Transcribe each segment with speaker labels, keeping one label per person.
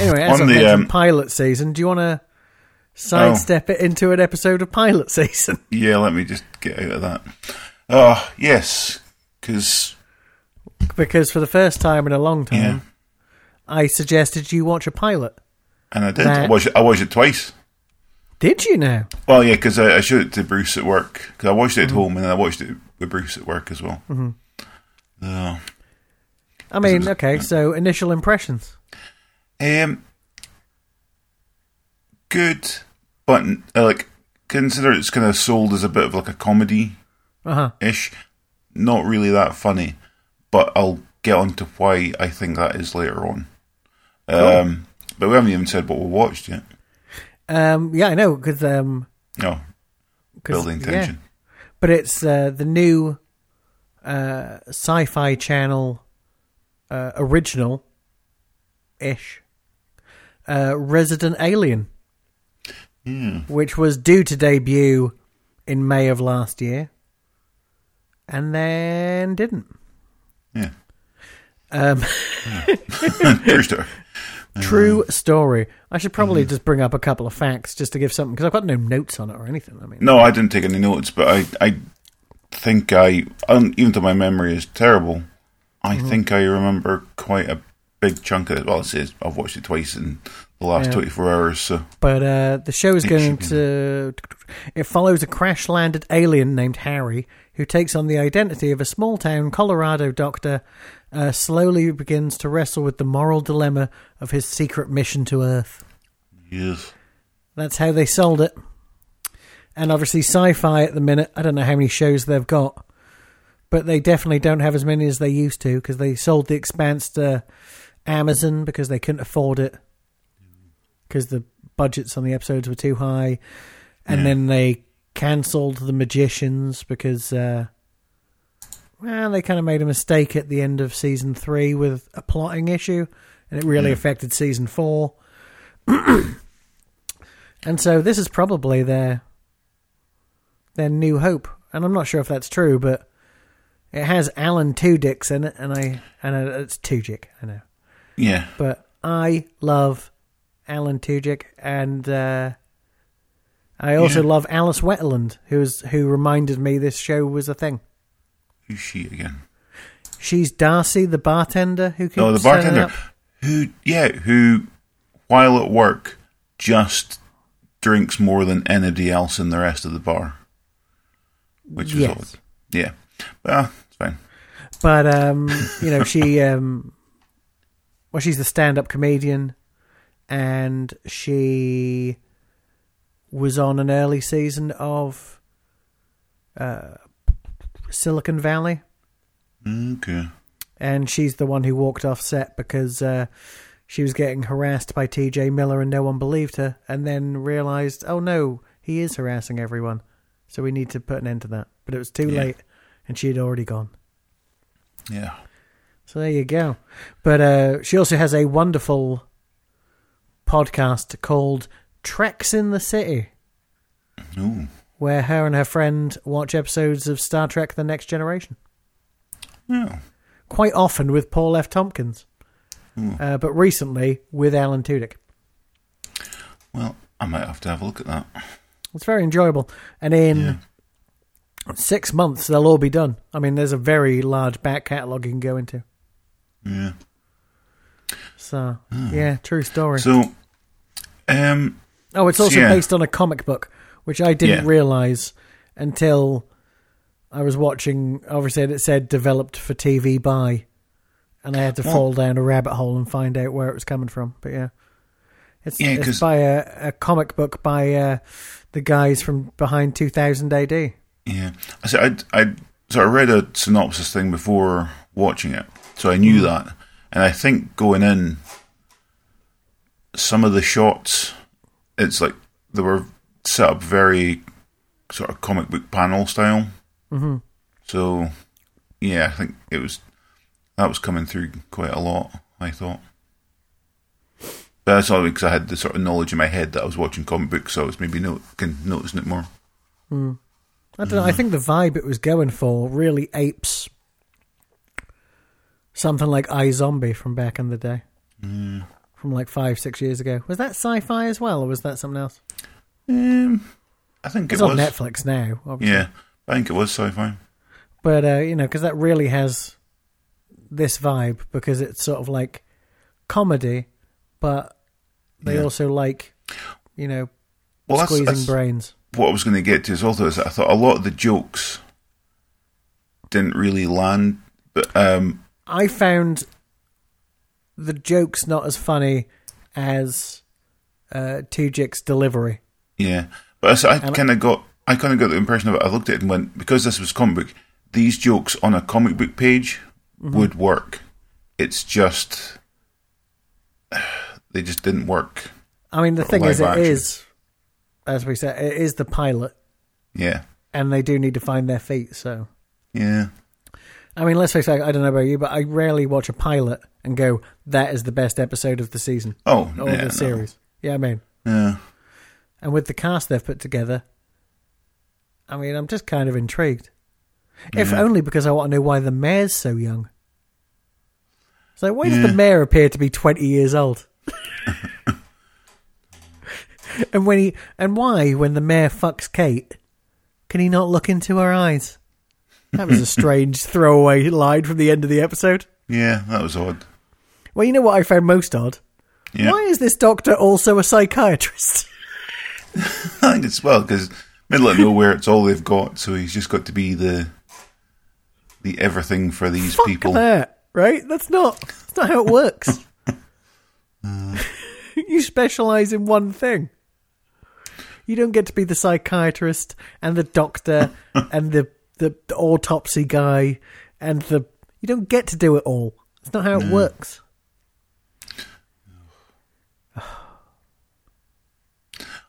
Speaker 1: Anyway, as
Speaker 2: On
Speaker 1: I
Speaker 2: the,
Speaker 1: mentioned,
Speaker 2: um,
Speaker 1: pilot season. Do you want to sidestep it into an episode of pilot season?
Speaker 2: Yeah, let me just get out of that. Oh, yes, because
Speaker 1: Because for the first time in a long time,
Speaker 2: yeah,
Speaker 1: I suggested you watch a pilot.
Speaker 2: and I did. I
Speaker 1: That-
Speaker 2: watched it, I watched it twice.
Speaker 1: Did you now?
Speaker 2: Well, yeah, because I, I showed it to Bruce at work. Because I watched it at home, and then I watched it with Bruce at work as well. Mm-hmm.
Speaker 1: I mean, okay. So initial impressions.
Speaker 2: Um, good, but n- uh, like consider it's kind of sold as a bit of like a comedy ish. Not really that funny, but I'll get on to why I think that is later on. Um, but we haven't even said what we watched yet.
Speaker 1: Um, yeah, I know because um,
Speaker 2: No,
Speaker 1: 'cause-
Speaker 2: building
Speaker 1: yeah.
Speaker 2: tension.
Speaker 1: but it's uh, the new uh, sci-fi channel uh, original ish uh, Resident Alien, which was due to debut in May of last year, and then didn't.
Speaker 2: Yeah,
Speaker 1: Um,
Speaker 2: true story.
Speaker 1: True story. I should probably just bring up a couple of facts just to give something because I've got no notes on it or anything. I mean,
Speaker 2: No, I didn't take any notes, but I, I think I, um, even though my memory is terrible, I
Speaker 1: Mm-hmm.
Speaker 2: think I remember quite a big chunk of it. Well, it says I've watched it twice in the last
Speaker 1: Yeah.
Speaker 2: 24 hours, so
Speaker 1: But uh, the show is going
Speaker 2: should be
Speaker 1: to. It follows a crash landed alien named Harry who takes on the identity of a small town Colorado doctor, uh, slowly begins to wrestle with the moral dilemma of his secret mission to Earth.
Speaker 2: yes.
Speaker 1: That's how they sold it. And obviously, sci fi at the minute, I don't know how many shows they've got, but they definitely don't have as many as they used to because they sold The Expanse to Amazon because they couldn't afford it because the budgets on the episodes were too high. And then they cancelled The Magicians because, uh, well, they kind of made a mistake at the end of season three with a plotting issue, and it really affected season four. And so this is probably their their new hope. And I'm not sure if that's true, but it has Alan Tudyk's in it, and I and I- it's Tudyk, I know,
Speaker 2: Yeah.
Speaker 1: but I love Alan Tudyk, and uh, I also
Speaker 2: Yeah.
Speaker 1: love Alice Wetland, who is who reminded me this show was a thing.
Speaker 2: Who's she again?
Speaker 1: She's Darcy, the bartender, who keeps uh,
Speaker 2: Oh, the
Speaker 1: turning
Speaker 2: bartender.
Speaker 1: up.
Speaker 2: Who, yeah, who, while at work, just drinks more than anybody else in the rest of the bar. Which was
Speaker 1: Yes.
Speaker 2: odd. Yeah. Well, it's fine.
Speaker 1: But um, you know, she um, well, she's a stand-up comedian, and she was on an early season of uh, Silicon Valley,
Speaker 2: Okay.
Speaker 1: and she's the one who walked off set because uh, she was getting harassed by T.J. Miller, and no one believed her, and then realized, oh no, he is harassing everyone, so we need to put an end to that. But it was too
Speaker 2: Yeah.
Speaker 1: late, and she had already gone.
Speaker 2: Yeah.
Speaker 1: So there you go. But uh, she also has a wonderful podcast called Treks in the City,
Speaker 2: Ooh.
Speaker 1: where her and her friend watch episodes of Star Trek The Next Generation,
Speaker 2: Yeah.
Speaker 1: quite often with Paul F. Tompkins, uh, but recently with Alan Tudyk.
Speaker 2: Well, I might have to have a look at that.
Speaker 1: It's very enjoyable. And in six months, they'll all be done. I mean, there's a very large back catalogue you can go into.
Speaker 2: Yeah.
Speaker 1: So, yeah, true story.
Speaker 2: So, um,
Speaker 1: Oh, it's also
Speaker 2: Yeah.
Speaker 1: based on a comic book, which I didn't
Speaker 2: Yeah.
Speaker 1: realize until I was watching. Obviously, it said developed for TV by, and I had to
Speaker 2: Oh.
Speaker 1: fall down a rabbit hole and find out where it was coming from. But yeah, it's,
Speaker 2: Yeah,
Speaker 1: it's
Speaker 2: 'cause-
Speaker 1: by a, a comic book by uh, the guys from behind 2000 AD.
Speaker 2: yeah. I said I I so I read a synopsis thing before watching it, so I knew that, and I think going in, some of the shots, it's like they were set up very sort of comic book panel style. Mm-hmm. So, yeah, I think it was that was coming through quite a lot. I thought. But that's all because I had the sort of knowledge in my head that I was watching comic books, so I was maybe no, can, noticing it more.
Speaker 1: I don't know.
Speaker 2: Mm.
Speaker 1: I think the vibe it was going for really apes
Speaker 2: Mm.
Speaker 1: something like iZombie from back in the day. from like five, six years ago. Was that sci-fi as well, or was that something else?
Speaker 2: Um, I think
Speaker 1: It's
Speaker 2: it
Speaker 1: on
Speaker 2: was.
Speaker 1: Netflix now, obviously.
Speaker 2: Yeah, I think it was sci-fi.
Speaker 1: but uh, you know, because that really has this vibe because it's sort of like comedy, but they
Speaker 2: Yeah.
Speaker 1: also like you know
Speaker 2: Well, that's,
Speaker 1: squeezing
Speaker 2: that's
Speaker 1: brains.
Speaker 2: what I was going to get to as well. Though, is that I thought a lot of the jokes didn't really land, but um,
Speaker 1: I found the jokes not as funny as uh, Tujic's delivery.
Speaker 2: yeah. But I, kind of got, I kind of got the impression of it. I looked at it and went, because this was comic book, these jokes on a comic book page
Speaker 1: Mm-hmm.
Speaker 2: would work. It's just they just didn't work.
Speaker 1: I mean, the thing
Speaker 2: live
Speaker 1: is, it
Speaker 2: action.
Speaker 1: is as we said, it is the pilot,
Speaker 2: Yeah,
Speaker 1: and they do need to find their feet. So,
Speaker 2: yeah.
Speaker 1: I mean, let's face it. I don't know about you, but I rarely watch a pilot and go, "That is the best episode of the season."
Speaker 2: Oh,
Speaker 1: or
Speaker 2: yeah, no.
Speaker 1: the series. Yeah, I mean,
Speaker 2: Yeah.
Speaker 1: and with the cast they've put together, I mean, I'm just kind of intrigued. If only because I want to know why the mayor's so young. It's like, why does
Speaker 2: Yeah.
Speaker 1: the mayor appear to be 20 years old? and when he and why, when the mayor fucks Kate, can he not look into her eyes? That was a strange throwaway line from the end of the episode.
Speaker 2: Yeah, that was odd.
Speaker 1: Well, you know what I found most odd?
Speaker 2: Yeah.
Speaker 1: Why is this doctor also a psychiatrist?
Speaker 2: I think it's well because middle of nowhere, it's all they've got. So he's just got to be the the everything for these
Speaker 1: Fuck
Speaker 2: people.
Speaker 1: that, right? That's not that's not how it works. you specialize in one thing. You don't get to be the psychiatrist and the doctor and the, the the autopsy guy and the you don't get to do it all. It's not how it works.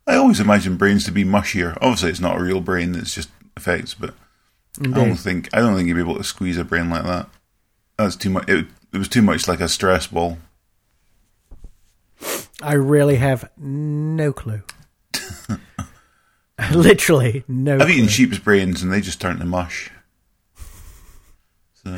Speaker 2: I always imagine brains to be mushier. Obviously, it's not a real brain; it's just effects. But I don't think I don't think you'd be able to squeeze a brain like that. That's too much. It, it was too much like a stress ball.
Speaker 1: I really have no clue. Literally no.
Speaker 2: I've eaten
Speaker 1: clue.
Speaker 2: sheep's brains and they just turn to mush. So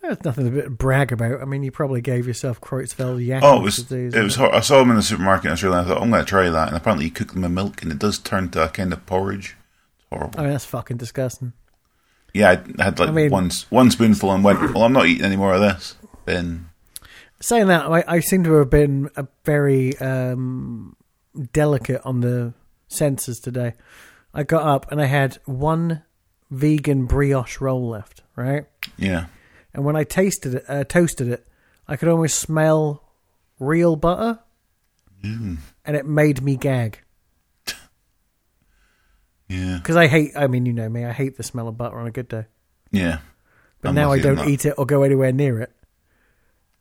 Speaker 1: There's nothing to brag about. I mean, you probably gave yourself Creutzfeldt yak
Speaker 2: oh, it was
Speaker 1: disease.
Speaker 2: it was. Hor- I saw them in the supermarket in Australia. And I thought I'm going to try that, and apparently you cook them in milk and it does turn to a kind of porridge. It's horrible.
Speaker 1: I mean, that's fucking disgusting.
Speaker 2: Yeah, I had like
Speaker 1: I mean-
Speaker 2: one one spoonful and went, well, I'm not eating any more of this. Then
Speaker 1: Saying that, I, I seem to have been a very um, delicate on the senses today. I got up and I had one vegan brioche roll left, right?
Speaker 2: yeah,
Speaker 1: And when I tasted it, uh, toasted it, I could almost smell real butter,
Speaker 2: Mm,
Speaker 1: and it made me gag
Speaker 2: yeah,
Speaker 1: because I hate. I mean, you know me, I hate the smell of butter on a good day,
Speaker 2: yeah,
Speaker 1: but
Speaker 2: I'm
Speaker 1: now
Speaker 2: with
Speaker 1: I
Speaker 2: you on
Speaker 1: don't
Speaker 2: that.
Speaker 1: eat it or go anywhere near it.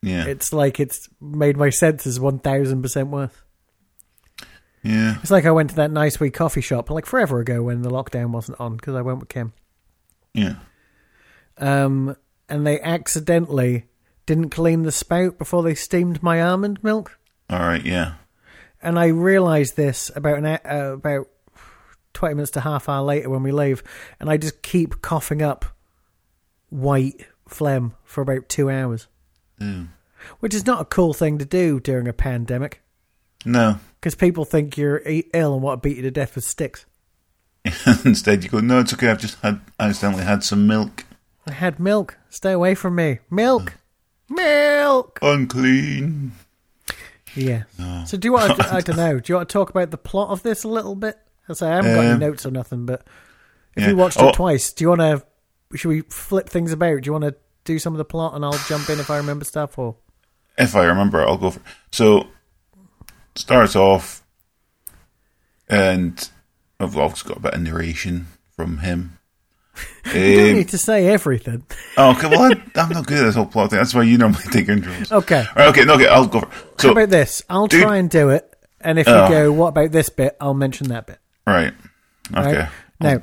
Speaker 2: yeah,
Speaker 1: It's like it's made my senses one thousand percent worse.
Speaker 2: yeah,
Speaker 1: It's like I went to that nice wee coffee shop like forever ago when the lockdown wasn't on because I went with Kim.
Speaker 2: yeah.
Speaker 1: Um, and they accidentally didn't clean the spout before they steamed my almond milk.
Speaker 2: All right, yeah,
Speaker 1: And I realised this about an, hou- uh, about twenty minutes to half hour later when we leave, and I just keep coughing up white phlegm for about two hours,
Speaker 2: Mm.
Speaker 1: which is not a cool thing to do during a pandemic
Speaker 2: no.
Speaker 1: because people think you're i- ill and want to beat you to death with sticks.
Speaker 2: Instead, you go, no, it's okay. I've just had accidentally had some milk.
Speaker 1: I had milk. Stay away from me. Milk. Milk.
Speaker 2: Unclean.
Speaker 1: Yeah.
Speaker 2: Ah.
Speaker 1: So do you want? To, I don't know. Do you want to talk about the plot of this a little bit? As I haven't got any
Speaker 2: Um,
Speaker 1: notes or nothing, but if
Speaker 2: yeah.
Speaker 1: you watched
Speaker 2: Oh.
Speaker 1: it twice, do you want to? Should we flip things about? Do you want to do some of the plot, and I'll jump in if I remember stuff?
Speaker 2: Um,
Speaker 1: Or
Speaker 2: If I remember, I'll go for. So starts off, and I've obviously got a bit of narration from him.
Speaker 1: you don't
Speaker 2: Um,
Speaker 1: need to say everything.
Speaker 2: oh, okay. Well, I, I'm not good at this whole plot thing. That's why you normally take intros.
Speaker 1: Okay.
Speaker 2: All right, okay, no, okay. I'll go for. it.
Speaker 1: How
Speaker 2: So
Speaker 1: about this? I'll
Speaker 2: Dude.
Speaker 1: try and do it, and if
Speaker 2: Oh.
Speaker 1: you go, what about this bit? I'll mention that bit.
Speaker 2: Right.
Speaker 1: Right?
Speaker 2: Okay.
Speaker 1: Now,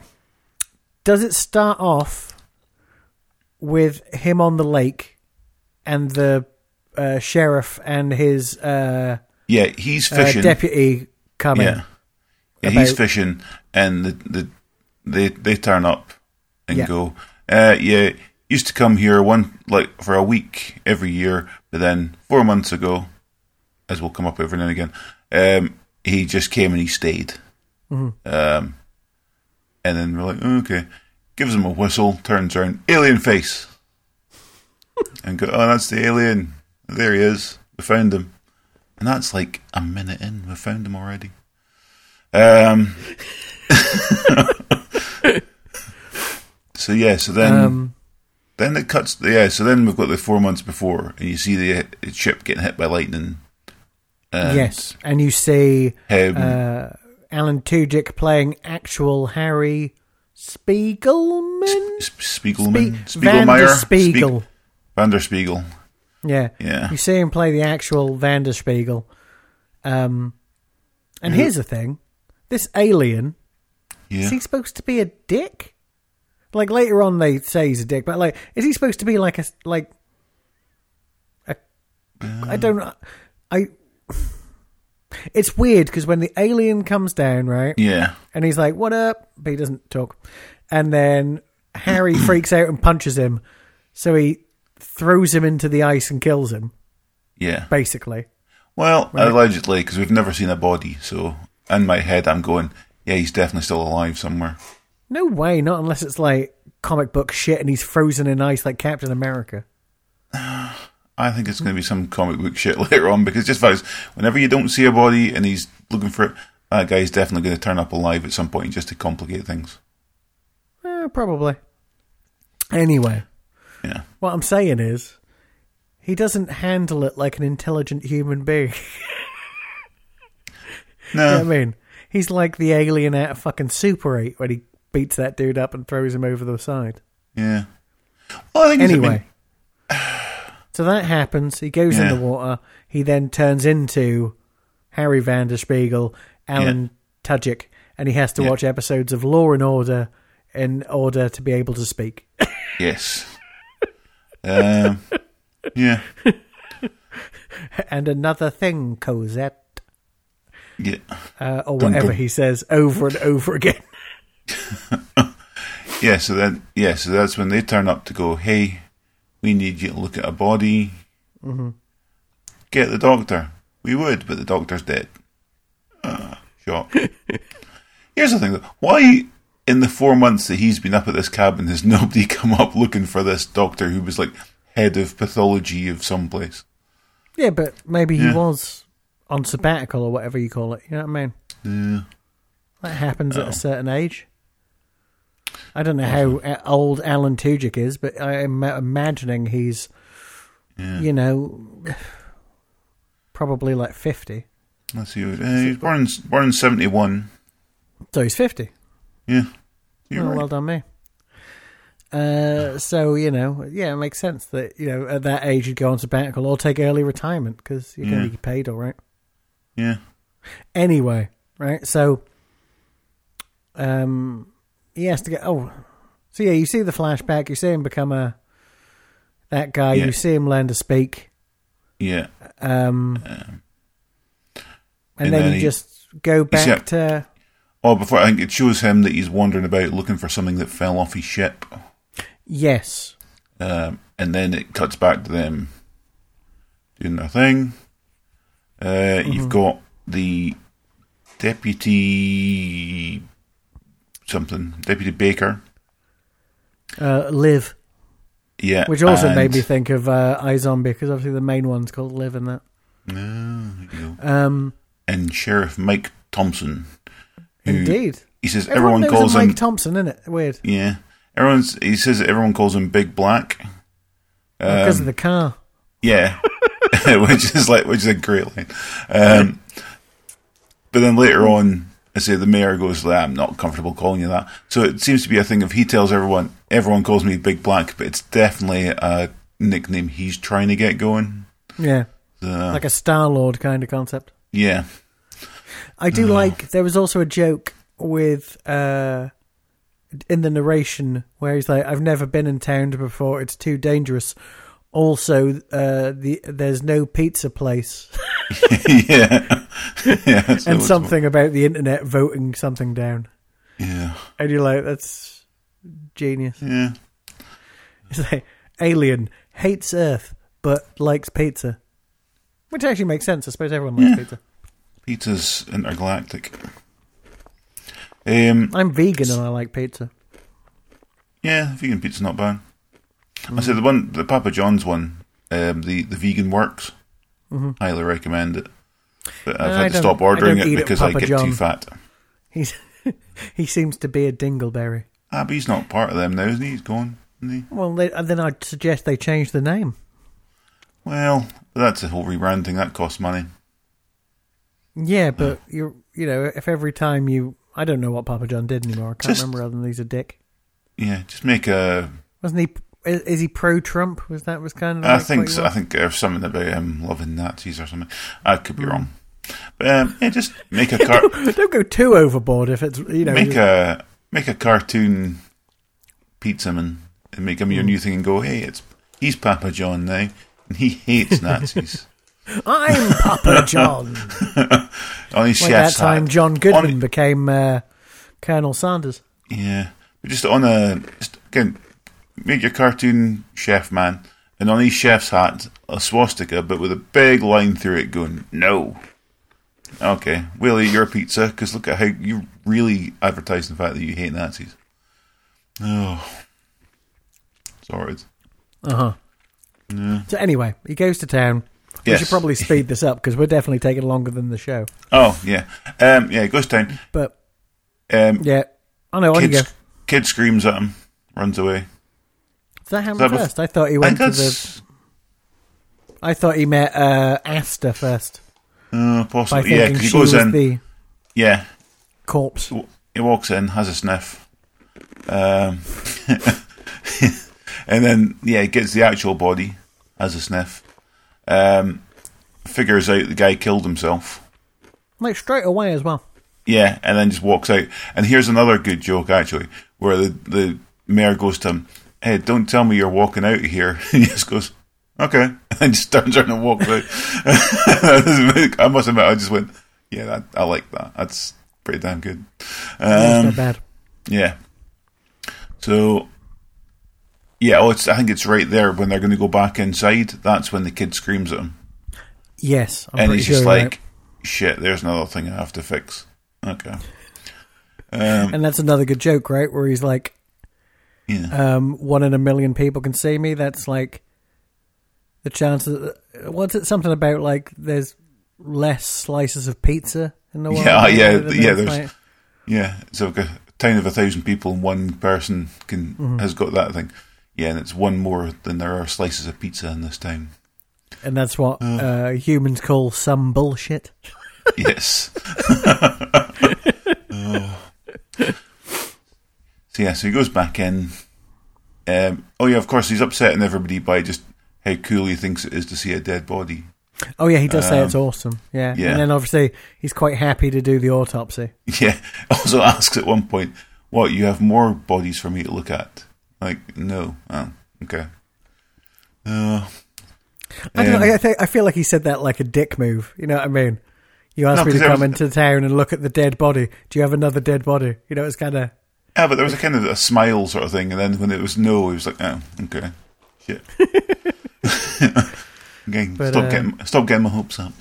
Speaker 1: does it start off with him on the lake and the uh, sheriff and his uh,
Speaker 2: Yeah, he's
Speaker 1: uh,
Speaker 2: fishing.
Speaker 1: deputy coming?
Speaker 2: yeah. Yeah, he's
Speaker 1: about-
Speaker 2: fishing, and the, the they they turn up and
Speaker 1: Yeah.
Speaker 2: go. Uh, yeah, used to come here one like for a week every year, but then four months ago, as will come up every now and again, um, he just came and he stayed.
Speaker 1: Mm-hmm.
Speaker 2: Um, and then we're like, "Oh, okay, gives him a whistle, turns around, alien face, and go, oh, that's the alien. There he is. We found him. And that's like a minute in. We found him already. Um. so yeah. So then.
Speaker 1: Um,
Speaker 2: Then it cuts. Yeah, so then we've got the four months before, and you see the uh, ship getting hit by lightning. Uh, And
Speaker 1: yes, and you see
Speaker 2: Him,
Speaker 1: uh, Alan Tudyk playing actual Harry Spiegelman.
Speaker 2: S- Spiegelman,
Speaker 1: Spe- Van der
Speaker 2: Spiegelmeyer,
Speaker 1: Spiegel.
Speaker 2: Spieg- Van der Spiegel.
Speaker 1: Yeah.
Speaker 2: Yeah.
Speaker 1: You see him play the actual Van der Spiegel. Um, and here's the thing this alien,
Speaker 2: Yeah,
Speaker 1: is he supposed to be a dick? Like later on, they say he's a dick, but like, is he supposed to be like a like? A, I don't. know. I. It's weird because when the alien comes down, right,
Speaker 2: yeah,
Speaker 1: and he's like, "What up?" but he doesn't talk, and then Harry freaks out and punches him, so he throws him into the ice and kills him.
Speaker 2: yeah.
Speaker 1: Basically,
Speaker 2: Well, allegedly, because we've never seen a body. So in my head, I'm going, yeah, he's definitely still alive somewhere.
Speaker 1: no way, not unless it's like comic book shit and he's frozen in ice like Captain America.
Speaker 2: I think it's going to be some comic book shit later on because just because whenever you don't see a body and he's looking for it, that guy's definitely going to turn up alive at some point just to complicate things.
Speaker 1: Eh, probably. Anyway,
Speaker 2: Yeah.
Speaker 1: what I'm saying is, he doesn't handle it like an intelligent human being.
Speaker 2: No.
Speaker 1: You know what I mean, he's like the alien out of fucking Super 8 when he beats that dude up and throws him over the side.
Speaker 2: Yeah. Well, I think it's- I mean,
Speaker 1: Anyway. so that happens. He goes in
Speaker 2: Yeah.
Speaker 1: the water. He then turns into Harry van der Spiegel, Alan Tudyk, and he has to
Speaker 2: Yeah.
Speaker 1: watch episodes of Law and Order in order to be able to speak.
Speaker 2: yes. um, yeah.
Speaker 1: and another thing, Cosette,
Speaker 2: Yeah.
Speaker 1: uh, or
Speaker 2: Dun,
Speaker 1: whatever
Speaker 2: dun.
Speaker 1: he says over and over again.
Speaker 2: Yeah. So then, yeah. So that's when they turn up to go. Hey, we need you to look at a body. Mm-hmm. Get the doctor. We would, but the doctor's dead. Uh, shock. Here's the thing, though. Why, in the four months that he's been up at this cabin, has nobody come up looking for this doctor who was like head of pathology of some place?
Speaker 1: yeah, but maybe he
Speaker 2: Yeah.
Speaker 1: was on sabbatical or whatever you call it. You know what I mean?
Speaker 2: Yeah.
Speaker 1: That happens
Speaker 2: Oh.
Speaker 1: at a certain age. I don't know how uh, old Alan Tudyk is, but I'm imagining he's, you know, probably like 50.
Speaker 2: Let's see. Uh, he was born in, born in 71.
Speaker 1: So he's 50.
Speaker 2: Yeah. You're
Speaker 1: Oh,
Speaker 2: right.
Speaker 1: Well done, me. Uh, so, you know, yeah, it makes sense that, you know, at that age you'd go on sabbatical or take early retirement because you're going
Speaker 2: Yeah.
Speaker 1: to be paid all right.
Speaker 2: Yeah.
Speaker 1: Anyway, right? So, um, he has to get. Oh, so yeah, you see the flashback. You see him become a that guy.
Speaker 2: Yeah.
Speaker 1: You see him learn to speak.
Speaker 2: Yeah.
Speaker 1: Um, and, then,
Speaker 2: and then
Speaker 1: you
Speaker 2: he-
Speaker 1: just go back
Speaker 2: yeah.
Speaker 1: to.
Speaker 2: Oh, before I think it shows him that he's wandering about looking for something that fell off his ship,
Speaker 1: Yes,
Speaker 2: um, and then it cuts back to them doing their thing. Uh,
Speaker 1: Mm-hmm.
Speaker 2: You've got the deputy something, deputy Baker.
Speaker 1: uh, live,
Speaker 2: Yeah,
Speaker 1: which also
Speaker 2: and-
Speaker 1: made me think of uh, iZombie because obviously the main one's called Live and that.
Speaker 2: No, Ah, you know.
Speaker 1: Um,
Speaker 2: and Sheriff Mike Thompson. who-
Speaker 1: indeed,
Speaker 2: he says
Speaker 1: everyone,
Speaker 2: everyone,
Speaker 1: knows
Speaker 2: calls
Speaker 1: a Mike
Speaker 2: him
Speaker 1: Thompson, isn't it? Weird
Speaker 2: Yeah, everyone's. He says that everyone calls him Big Black.
Speaker 1: because
Speaker 2: um,
Speaker 1: of the car.
Speaker 2: Yeah, which is like which is a great line. Um, but then later on, I say the mayor goes, "Like, "I'm not comfortable calling you that." So it seems to be a thing of he tells everyone, everyone calls me Big Black, but it's definitely a nickname he's trying to get going.
Speaker 1: Yeah,
Speaker 2: So,
Speaker 1: like a Star Lord kind of concept.
Speaker 2: yeah,
Speaker 1: I do like. There was also a joke with uh, in the narration where he's like, "I've never been in town before. It's too dangerous." Also, uh, the there's no pizza place
Speaker 2: yeah, yeah, that's
Speaker 1: and
Speaker 2: what's-
Speaker 1: something about the internet voting something down,
Speaker 2: Yeah,
Speaker 1: and you're like, "That's genius."
Speaker 2: yeah,
Speaker 1: It's like alien hates Earth but likes pizza. Which actually makes sense. I suppose everyone likes pizza.
Speaker 2: Pizza's intergalactic. Um,
Speaker 1: I'm vegan and I like pizza.
Speaker 2: yeah, vegan pizza's not bad. I said the one, the Papa John's one, um, the the vegan works. Highly recommend it. But I've
Speaker 1: No, I
Speaker 2: had to
Speaker 1: don't-
Speaker 2: stop
Speaker 1: I
Speaker 2: ordering
Speaker 1: don't
Speaker 2: it
Speaker 1: eat at
Speaker 2: because I
Speaker 1: Papa
Speaker 2: get
Speaker 1: John.
Speaker 2: too fat.
Speaker 1: He's he seems to be a dingleberry.
Speaker 2: Ah, but he's not part of them now, isn't he? He's gone. Isn't he?
Speaker 1: Well, they, uh, then I'd suggest they change the name.
Speaker 2: Well, that's a whole rebrand thing. That costs money.
Speaker 1: Yeah, but you you know if every time you I don't know what Papa John did anymore. I can't
Speaker 2: Just-
Speaker 1: remember other than he's a dick.
Speaker 2: Yeah, just make a.
Speaker 1: Wasn't he? Is, is he pro Trump? Was that was kind of?
Speaker 2: I
Speaker 1: like what
Speaker 2: think
Speaker 1: he
Speaker 2: so, I
Speaker 1: was?
Speaker 2: think there's something about um, loving Nazis or something. I could
Speaker 1: Mm.
Speaker 2: be wrong, but um, yeah, just make a car,
Speaker 1: don't go too overboard if it's you know.
Speaker 2: make a make a cartoon pizza man and make him your new thing and go, hey, it's he's Papa John now and he hates Nazis.
Speaker 1: I'm Papa John.
Speaker 2: on his
Speaker 1: like that
Speaker 2: Oh, chef's hat.
Speaker 1: time John Goodman
Speaker 2: On-
Speaker 1: became uh, Colonel Sanders.
Speaker 2: Yeah, but just on a just again, make your cartoon chef man, and on his chef's hat a swastika, but with a big line through it going no. Okay, we'll eat your pizza because look at how you really advertise the fact that you hate Nazis. Oh, sorted.
Speaker 1: Uh huh. So anyway, he goes to town. We
Speaker 2: Yes.
Speaker 1: should probably speed this up because we're definitely taking longer than the show.
Speaker 2: Oh yeah, um, yeah. Goes down.
Speaker 1: But
Speaker 2: Um,
Speaker 1: yeah, I know. On you
Speaker 2: kid,
Speaker 1: go.
Speaker 2: sc- kid screams at him, runs away.
Speaker 1: Does that happen
Speaker 2: that was-
Speaker 1: first? I thought he
Speaker 2: I
Speaker 1: went
Speaker 2: think
Speaker 1: to the.
Speaker 2: that's
Speaker 1: I thought he met uh, Asta first
Speaker 2: uh,
Speaker 1: by
Speaker 2: possible. Yeah,
Speaker 1: thinking
Speaker 2: 'cause he
Speaker 1: she was
Speaker 2: goes in.
Speaker 1: the
Speaker 2: Yeah,
Speaker 1: corpse.
Speaker 2: w- he walks in, has a sniff, um, and then yeah, he gets the actual body, has a sniff, um, figures out the guy killed himself.
Speaker 1: Like straight away as well.
Speaker 2: Yeah, and then just walks out. And here's another good joke actually, where the the mayor goes to him, "Hey, don't tell me you're walking out of here." And he just goes, "Okay," and just turns around and walks out. I must admit, I just went, "Yeah, that, I like that. That's pretty damn good."
Speaker 1: That's
Speaker 2: Um,
Speaker 1: not bad.
Speaker 2: Yeah. So, yeah, oh, it's, I think it's right there when they're going to go back inside. That's when the kid screams at him.
Speaker 1: Yes, I'm
Speaker 2: and
Speaker 1: pretty
Speaker 2: he's
Speaker 1: sure
Speaker 2: just
Speaker 1: you're
Speaker 2: like,
Speaker 1: right.
Speaker 2: shit, there's another thing I have to fix. Okay. Um, hmm.
Speaker 1: and that's another good joke, right? Where he's like,
Speaker 2: Yeah.
Speaker 1: um, one in a million people can see me. That's like the chances. What's it? Something about like there's less slices of pizza in the world.
Speaker 2: Yeah, yeah,
Speaker 1: And then
Speaker 2: yeah,
Speaker 1: it's
Speaker 2: there's- yeah. So, like a town of a thousand people and one person can
Speaker 1: Mm-hmm.
Speaker 2: has got that thing. Yeah, and it's one more than there are slices of pizza in this town.
Speaker 1: and that's what uh, humans call some bullshit.
Speaker 2: yes. Oh. So yeah, so he goes back in. Um, oh yeah, of course he's upsetting everybody by just how cool he thinks it is to see a dead body.
Speaker 1: Oh yeah, he does say it's awesome. Yeah.
Speaker 2: Um, yeah.
Speaker 1: and then obviously he's quite happy to do the autopsy.
Speaker 2: Yeah. Also asks at one point, "What you have more bodies for me to look at?" Like, no. Oh, okay. Uh,
Speaker 1: I don't
Speaker 2: um,
Speaker 1: know. I, think, I feel like he said that like a dick move. You know what I mean? You asked
Speaker 2: No,
Speaker 1: me to
Speaker 2: 'cause there
Speaker 1: come
Speaker 2: was-
Speaker 1: into town and look at the dead body. Do you have another dead body? You know, it's kind of
Speaker 2: yeah, but there was a kind of a smile sort of thing, and then when it was no, he was like, "Oh, okay, shit." okay,
Speaker 1: But,
Speaker 2: stop
Speaker 1: uh,
Speaker 2: getting stop getting my hopes up.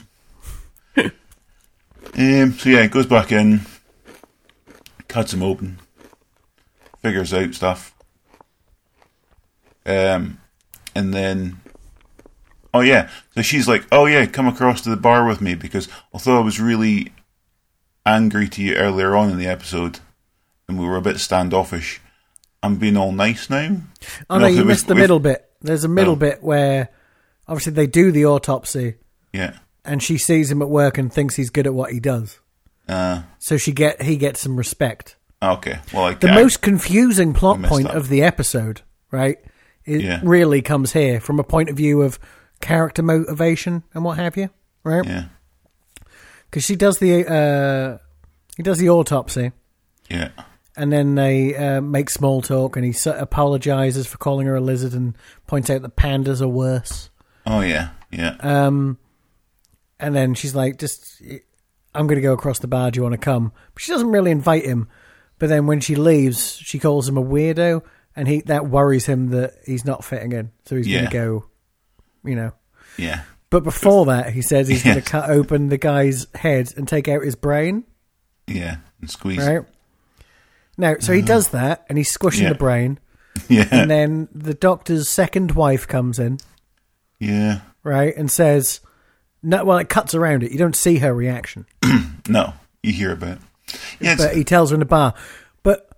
Speaker 2: um, so yeah, goes back in, cuts him open, figures out stuff, um, and then. Oh yeah, so she's like, "Oh yeah, come across to the bar with me because although I was really angry to you earlier on in the episode, and we were a bit standoffish. I'm being all nice now.
Speaker 1: Oh no,
Speaker 2: And
Speaker 1: you
Speaker 2: obviously
Speaker 1: missed the
Speaker 2: we've-
Speaker 1: middle bit. There's a middle
Speaker 2: Oh.
Speaker 1: bit where obviously they do the autopsy
Speaker 2: Yeah.
Speaker 1: and she sees him at work and thinks he's good at what he does.
Speaker 2: Uh,
Speaker 1: So she get he gets some respect.
Speaker 2: okay. Well, I,
Speaker 1: The
Speaker 2: I-
Speaker 1: most confusing plot
Speaker 2: messed
Speaker 1: point
Speaker 2: up.
Speaker 1: of the episode, right? It
Speaker 2: Yeah.
Speaker 1: really comes here from a point of view of character motivation and what have you, right?
Speaker 2: Yeah.
Speaker 1: Because she does the uh, he does the autopsy
Speaker 2: Yeah.
Speaker 1: and then they uh, make small talk and he s- apologizes for calling her a lizard and points out that pandas are worse.
Speaker 2: Oh yeah. Yeah.
Speaker 1: Um, and then she's like, "Just, I'm going to go across the bar. Do you want to come?" But she doesn't really invite him. But then when she leaves, she calls him a weirdo, and he that worries him that he's not fitting in, so he's
Speaker 2: Yeah.
Speaker 1: going to go, you know.
Speaker 2: yeah.
Speaker 1: But before that, he says he's going to cut open the guy's head and take out his brain,
Speaker 2: Yeah, and squeeze.
Speaker 1: right? Now, so he does that and he's squishing
Speaker 2: Uh-huh. Yeah.
Speaker 1: the brain.
Speaker 2: Yeah,
Speaker 1: And then the doctor's second wife comes in,
Speaker 2: yeah.
Speaker 1: right? And says, no, well, it cuts around it. You don't see her reaction.
Speaker 2: No, you hear about. It. Yeah, it's,
Speaker 1: But he tells her in the bar. But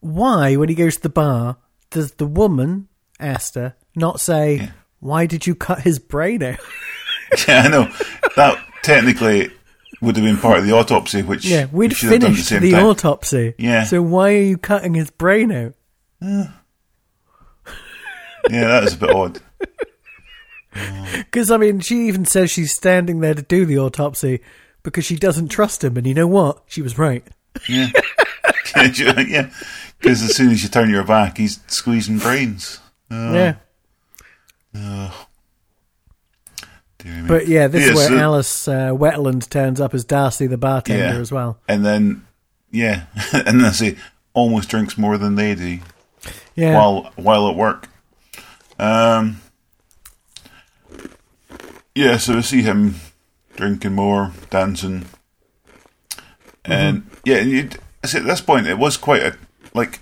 Speaker 1: why, when he goes to the bar, does the woman, Asta, not say, why did you cut his brain out?
Speaker 2: yeah, I know. That technically would have been part of the autopsy, which
Speaker 1: Yeah, we'd
Speaker 2: we should have done at
Speaker 1: finished the,
Speaker 2: same time.
Speaker 1: autopsy.
Speaker 2: Yeah.
Speaker 1: So why are you cutting his brain out?
Speaker 2: yeah, that is a bit odd.
Speaker 1: Because I mean, she even says she's standing there to do the autopsy because she doesn't trust him. And you know what? She was right.
Speaker 2: Yeah, yeah, because as soon as you turn your back, he's squeezing brains.
Speaker 1: yeah.
Speaker 2: Dear me.
Speaker 1: But yeah, this
Speaker 2: Yeah,
Speaker 1: is where
Speaker 2: so-
Speaker 1: Alice uh, Wetland turns up as Darcy the bartender
Speaker 2: Yeah.
Speaker 1: as well.
Speaker 2: And then, yeah, and then I say almost drinks more than they do
Speaker 1: Yeah.
Speaker 2: while while at work. Um, yeah, so we see him drinking more, dancing, and yeah, and you'd, I say at this point it was quite a like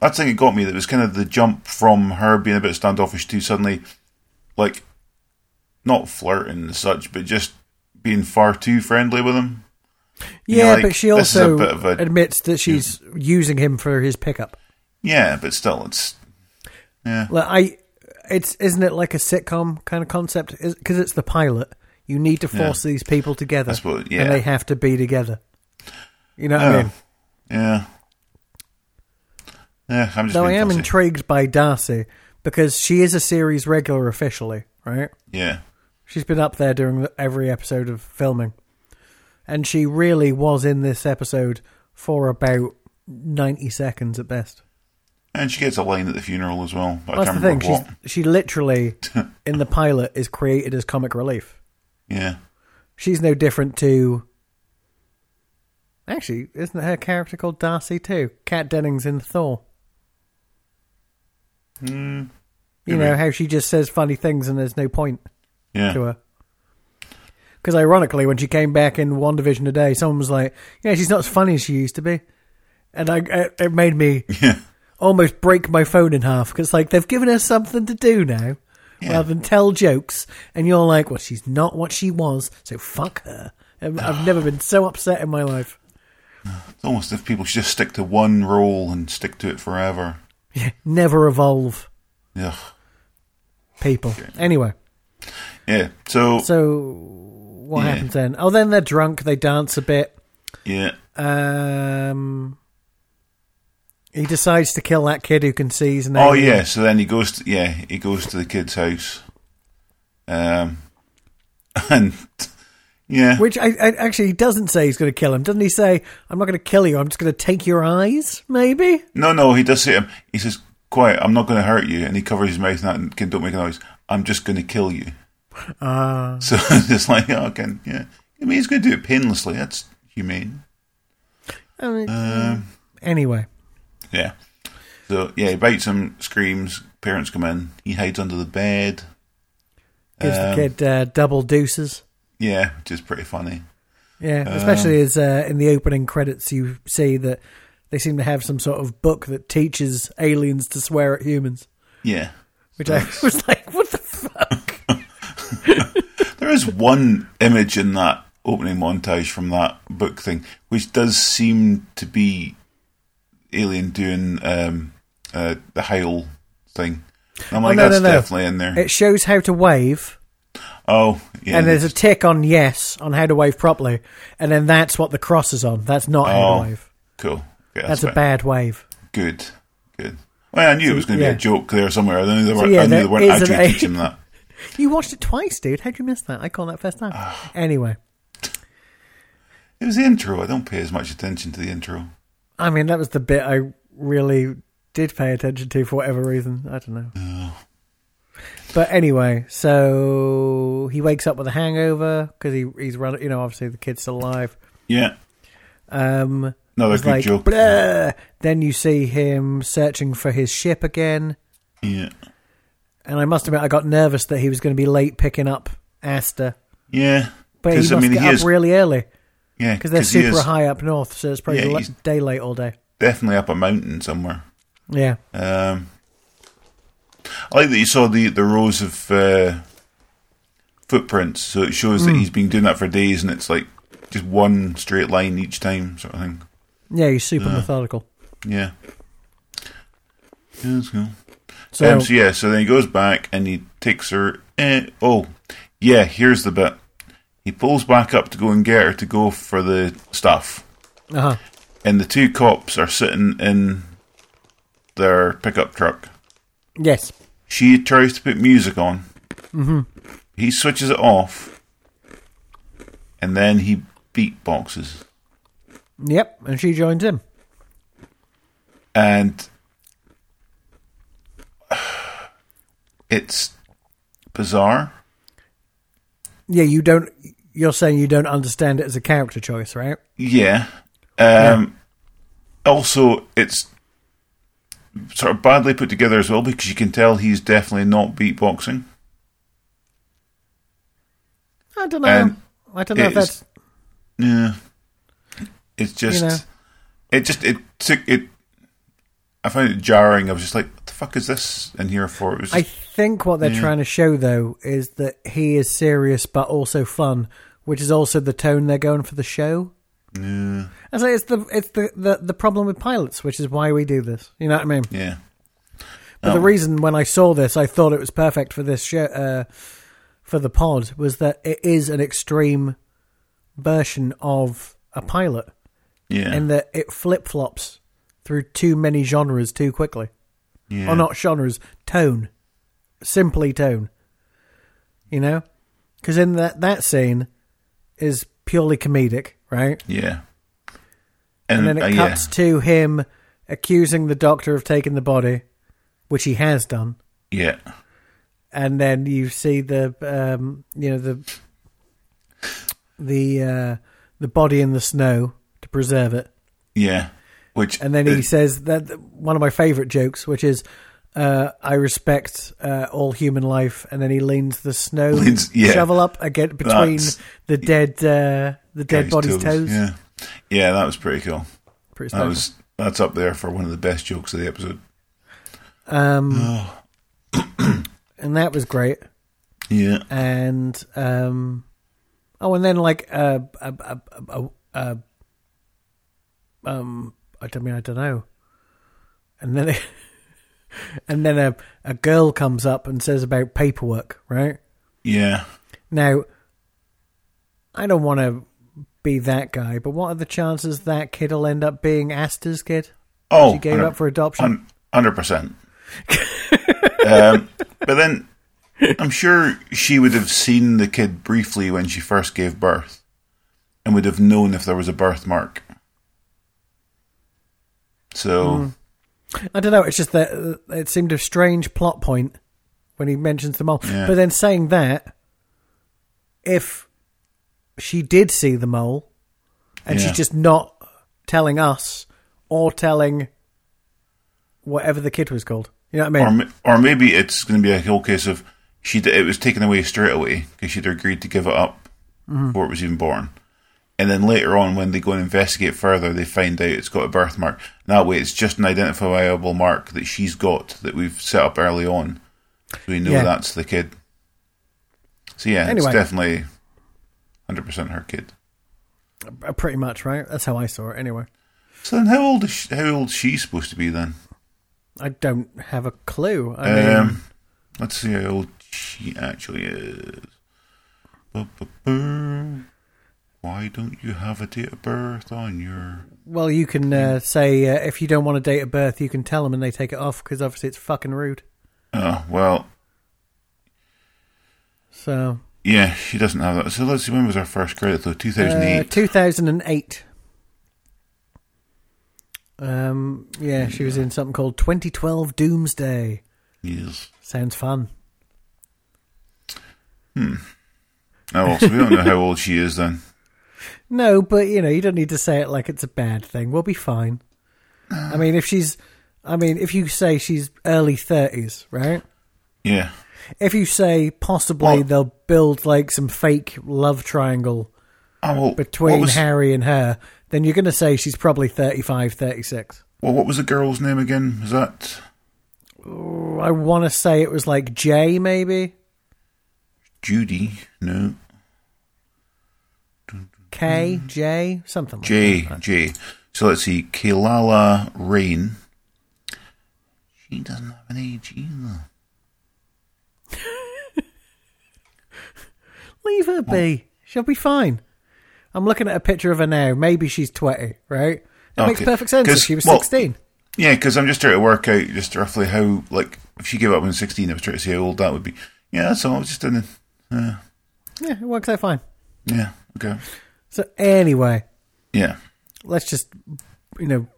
Speaker 2: that thing. It got me that was kind of the jump from her being a bit standoffish to suddenly like not flirting and such, but just being far too friendly with him.
Speaker 1: yeah,
Speaker 2: like,
Speaker 1: but she
Speaker 2: this is a
Speaker 1: also
Speaker 2: bit of a-
Speaker 1: admits that she's using him for his pickup.
Speaker 2: Yeah, but still, it's
Speaker 1: Like I, it's isn't it like a sitcom kind of concept? Because it's the pilot. You need to force these people together,
Speaker 2: That's what- yeah.
Speaker 1: and they have to be together. You know what I
Speaker 2: Oh,
Speaker 1: mean?
Speaker 2: yeah. Yeah, I'm just.
Speaker 1: Though I
Speaker 2: being
Speaker 1: am
Speaker 2: fussy.
Speaker 1: intrigued by Darcy because she is a series regular officially, right?
Speaker 2: Yeah,
Speaker 1: She's been up there during the- every episode of filming, and she really was in this episode for about ninety seconds at best.
Speaker 2: and she gets a line at the funeral as well. But I
Speaker 1: That's the
Speaker 2: can't
Speaker 1: thing. She's,
Speaker 2: remember what.
Speaker 1: she literally, in the pilot, is created as comic relief.
Speaker 2: Yeah,
Speaker 1: She's no different to. Actually, isn't her character called Darcy too? Kat Dennings in Thor.
Speaker 2: Hmm.
Speaker 1: You know how she just says funny things and there's no point
Speaker 2: yeah,
Speaker 1: to her. Because ironically, when she came back in One Division today, someone was like, "Yeah, she's not as funny as she used to be," and I, I it made me
Speaker 2: yeah,
Speaker 1: almost break my phone in half because like they've given her something to do now rather than tell jokes and you're like well she's not what she was so fuck her And i've never been so upset in my life
Speaker 2: It's almost if people should just stick to one role and stick to it forever.
Speaker 1: yeah never evolve
Speaker 2: Yeah,
Speaker 1: people anyway
Speaker 2: yeah. So,
Speaker 1: so what
Speaker 2: Yeah.
Speaker 1: happens then oh then they're drunk they dance a bit
Speaker 2: yeah,
Speaker 1: um he decides to kill that kid who can see his name
Speaker 2: oh yeah. So then he goes. To, yeah, he goes to the kid's house. Um, and yeah,
Speaker 1: Which I, I actually he doesn't say he's going to kill him. Doesn't he say, "I'm not going to kill you. I'm just going to take your eyes"? Maybe.
Speaker 2: no, no. He does say to him. He says, "Quiet. I'm not going to hurt you." And he covers his mouth and that and kid don't make a noise. I'm just going to kill you.
Speaker 1: Uh,
Speaker 2: So it's just like, oh, can yeah. I mean, he's going to do it painlessly. That's humane.
Speaker 1: I mean,
Speaker 2: Uh,
Speaker 1: anyway,
Speaker 2: Yeah. So yeah, he bites him, screams. Parents come in. He hides under the bed.
Speaker 1: gives
Speaker 2: um,
Speaker 1: the kid uh, double deuces.
Speaker 2: Yeah, which is pretty funny.
Speaker 1: Yeah, especially as uh, in the opening credits, you see that they seem to have some sort of book that teaches aliens to swear at humans,
Speaker 2: Yeah.
Speaker 1: which I was like, what the fuck?
Speaker 2: There is one image in that opening montage from that book thing, which does seem to be Alien doing um, uh, the Heil thing. And I'm like,
Speaker 1: Oh, no, no,
Speaker 2: that's
Speaker 1: no.
Speaker 2: definitely in there.
Speaker 1: It shows how to wave,
Speaker 2: oh, yeah.
Speaker 1: and there's a tick on yes on how to wave properly, and then that's what the cross is on. That's not how
Speaker 2: Oh,
Speaker 1: to wave.
Speaker 2: cool. Okay,
Speaker 1: That's a
Speaker 2: fine.
Speaker 1: bad wave.
Speaker 2: Good, good. Well, I knew it was going to
Speaker 1: yeah.
Speaker 2: be a joke there somewhere. I knew they weren't,
Speaker 1: yeah,
Speaker 2: I knew
Speaker 1: there
Speaker 2: they weren't
Speaker 1: is an
Speaker 2: actually
Speaker 1: A.
Speaker 2: teaching that.
Speaker 1: You watched it twice, dude. How'd you miss that? I caught that first time. anyway,
Speaker 2: It was the intro. I don't pay as much attention to the intro.
Speaker 1: I mean, that was the bit I really did pay attention to for whatever reason. I don't know. But anyway, so he wakes up with a hangover because he he's run. You know, obviously the kid's still alive.
Speaker 2: Yeah,
Speaker 1: Um,
Speaker 2: another
Speaker 1: he's
Speaker 2: good
Speaker 1: like,
Speaker 2: joke.
Speaker 1: "Bleh." Then you see him searching for his ship again,
Speaker 2: Yeah,
Speaker 1: and I must admit, I got nervous that he was going to be late picking up Asta.
Speaker 2: Yeah.
Speaker 1: But he
Speaker 2: 'Cause,
Speaker 1: must
Speaker 2: I mean,
Speaker 1: get
Speaker 2: he
Speaker 1: up
Speaker 2: is-
Speaker 1: really early
Speaker 2: Yeah,
Speaker 1: because they're
Speaker 2: he
Speaker 1: super
Speaker 2: is
Speaker 1: high up north, so it's probably
Speaker 2: Yeah,
Speaker 1: li-
Speaker 2: he's-
Speaker 1: daylight all day.
Speaker 2: definitely up a mountain somewhere.
Speaker 1: Yeah,
Speaker 2: Um, I like that you saw the the rows of uh, footprints, so it shows that he's been doing that for days, and it's like just one straight line each time, sort of thing.
Speaker 1: yeah, he's super methodical.
Speaker 2: Yeah. Yeah, that's cool.
Speaker 1: So,
Speaker 2: um, so yeah, so then he goes back and he takes her. Eh, oh, yeah. Here's the bit. He pulls back up to go and get her to go for the stuff,
Speaker 1: uh-huh.
Speaker 2: and the two cops are sitting in their pickup truck.
Speaker 1: yes,
Speaker 2: She tries to put music on. Mm-hmm. He switches it off, and then he beatboxes.
Speaker 1: yep, and she joins him.
Speaker 2: and it's bizarre.
Speaker 1: Yeah, you don't. You're saying you don't understand it as a character choice, right?
Speaker 2: Yeah. Um, Also, it's sort of badly put together as well because you can tell he's definitely not beatboxing.
Speaker 1: I don't know.
Speaker 2: And
Speaker 1: I don't know if
Speaker 2: Um, it is-
Speaker 1: that's
Speaker 2: Yeah. It's just,
Speaker 1: know.
Speaker 2: it just it took it. I found it jarring. I was just like, "What the fuck is this in here for?" It was
Speaker 1: I
Speaker 2: just,
Speaker 1: think what they're trying to show, though, is that he is serious but also fun, which is also the tone they're going for the show. Yeah. I say it's the it's the, the the problem with pilots, which is why we do this. You know what I mean?
Speaker 2: yeah,
Speaker 1: But
Speaker 2: Oh.
Speaker 1: the reason when I saw this, I thought it was perfect for this show, uh, for the pod, was that it is an extreme version of a pilot,
Speaker 2: yeah,
Speaker 1: in that it flip flops through too many genres too quickly
Speaker 2: yeah.
Speaker 1: or not genres, tone, simply tone. You know, because in that that scene is purely comedic, right?
Speaker 2: Yeah.
Speaker 1: And then
Speaker 2: uh,
Speaker 1: it cuts to him accusing the doctor of taking the body, which he has done,
Speaker 2: Yeah. yeah.
Speaker 1: and then you see the um, you know the the uh, the body in the snow to preserve it.
Speaker 2: Yeah. Which
Speaker 1: And then he
Speaker 2: uh,
Speaker 1: says that one of my favorite jokes, which is, uh, "I respect uh, all human life." And then he leans the snow
Speaker 2: Leans- yeah.
Speaker 1: shovel up again between
Speaker 2: That's-
Speaker 1: the dead uh, the
Speaker 2: yeah,
Speaker 1: dead
Speaker 2: his
Speaker 1: body's toes.
Speaker 2: Yeah. Yeah, that was pretty cool.
Speaker 1: Pretty
Speaker 2: That
Speaker 1: special.
Speaker 2: was that's up there for one of the best jokes of the episode.
Speaker 1: um,
Speaker 2: Oh.
Speaker 1: and that was great.
Speaker 2: Yeah.
Speaker 1: And um, oh, and then like uh, a, a, a, a, a, um, I don't mean I don't know. And then. It, And then a, a girl comes up and says about paperwork, right?
Speaker 2: Yeah.
Speaker 1: Now, I don't want to be that guy, but what are the chances that kid will end up being Asta's kid?
Speaker 2: Oh,
Speaker 1: She gave up for adoption.
Speaker 2: hundred percent. But then I'm sure she would have seen the kid briefly when she first gave birth, and would have known if there was a birthmark. So
Speaker 1: I don't know. It's just that uh, it seemed a strange plot point when he mentions them all.
Speaker 2: Yeah.
Speaker 1: But then saying that, if she did see the mole, and
Speaker 2: Yeah.
Speaker 1: she's just not telling us or telling whatever the kid was called, you know what I mean?
Speaker 2: or m- or maybe it's going to be a whole case of she d- it was taken away straight away because she'd agreed to give it up
Speaker 1: Mm-hmm.
Speaker 2: before it was even born, and then later on when they go and investigate further, they find out it's got a birthmark. And that way, it's just an identifiable mark that she's got that we've set up early on, so we know
Speaker 1: Yeah.
Speaker 2: that's the kid. So yeah,
Speaker 1: Anyway.
Speaker 2: it's definitely hundred percent her kid.
Speaker 1: Uh, Pretty much, right? That's how I saw it, anyway.
Speaker 2: So then, how old is she, how old is she supposed to be then?
Speaker 1: I don't have a clue. I mean,
Speaker 2: Um, let's see how old she actually is. Ba-ba-boo. Why don't you have a date of birth on your?
Speaker 1: well, you can uh, say uh, if you don't want a date of birth, you can tell them and they take it off because obviously it's fucking rude.
Speaker 2: Oh well,
Speaker 1: So,
Speaker 2: yeah, she doesn't have that. So let's see when was her first credit though. Two thousand
Speaker 1: uh,
Speaker 2: eight.
Speaker 1: 2008. Um, yeah, she was in something called 2012 Doomsday.
Speaker 2: yes.
Speaker 1: Sounds fun.
Speaker 2: Oh well, so we don't know how old she is then.
Speaker 1: No, but you know, you don't need to say it like it's a bad thing. We'll be fine. I mean, if she's, I mean, if you say she's early 30s, right?
Speaker 2: Yeah.
Speaker 1: If you say possibly
Speaker 2: Well-
Speaker 1: they'll build like some fake love triangle
Speaker 2: Oh, well,
Speaker 1: between
Speaker 2: what was,
Speaker 1: Harry and her, then you're going to say she's probably 35, 36.
Speaker 2: well, what was the girl's name again? Is that
Speaker 1: Ooh, I want to say it was like Jay, maybe?
Speaker 2: Judy? No,
Speaker 1: K, J, something like
Speaker 2: J J. So let's see, Kailala Rain. She doesn't have an age either.
Speaker 1: Leave her be. She'll be fine. I'm looking at a picture of her now. Maybe she's 20, right? That makes
Speaker 2: Okay.
Speaker 1: perfect sense if
Speaker 2: 'Cause-
Speaker 1: she was
Speaker 2: well-
Speaker 1: 16.
Speaker 2: Yeah, because I'm just trying to work out just roughly how, like, if she gave up when 16, I was trying to see how old that would be. Yeah, that's all. I was just doing. Uh,
Speaker 1: Yeah, it works out fine.
Speaker 2: yeah, okay.
Speaker 1: So, anyway,
Speaker 2: Yeah.
Speaker 1: let's just, you know.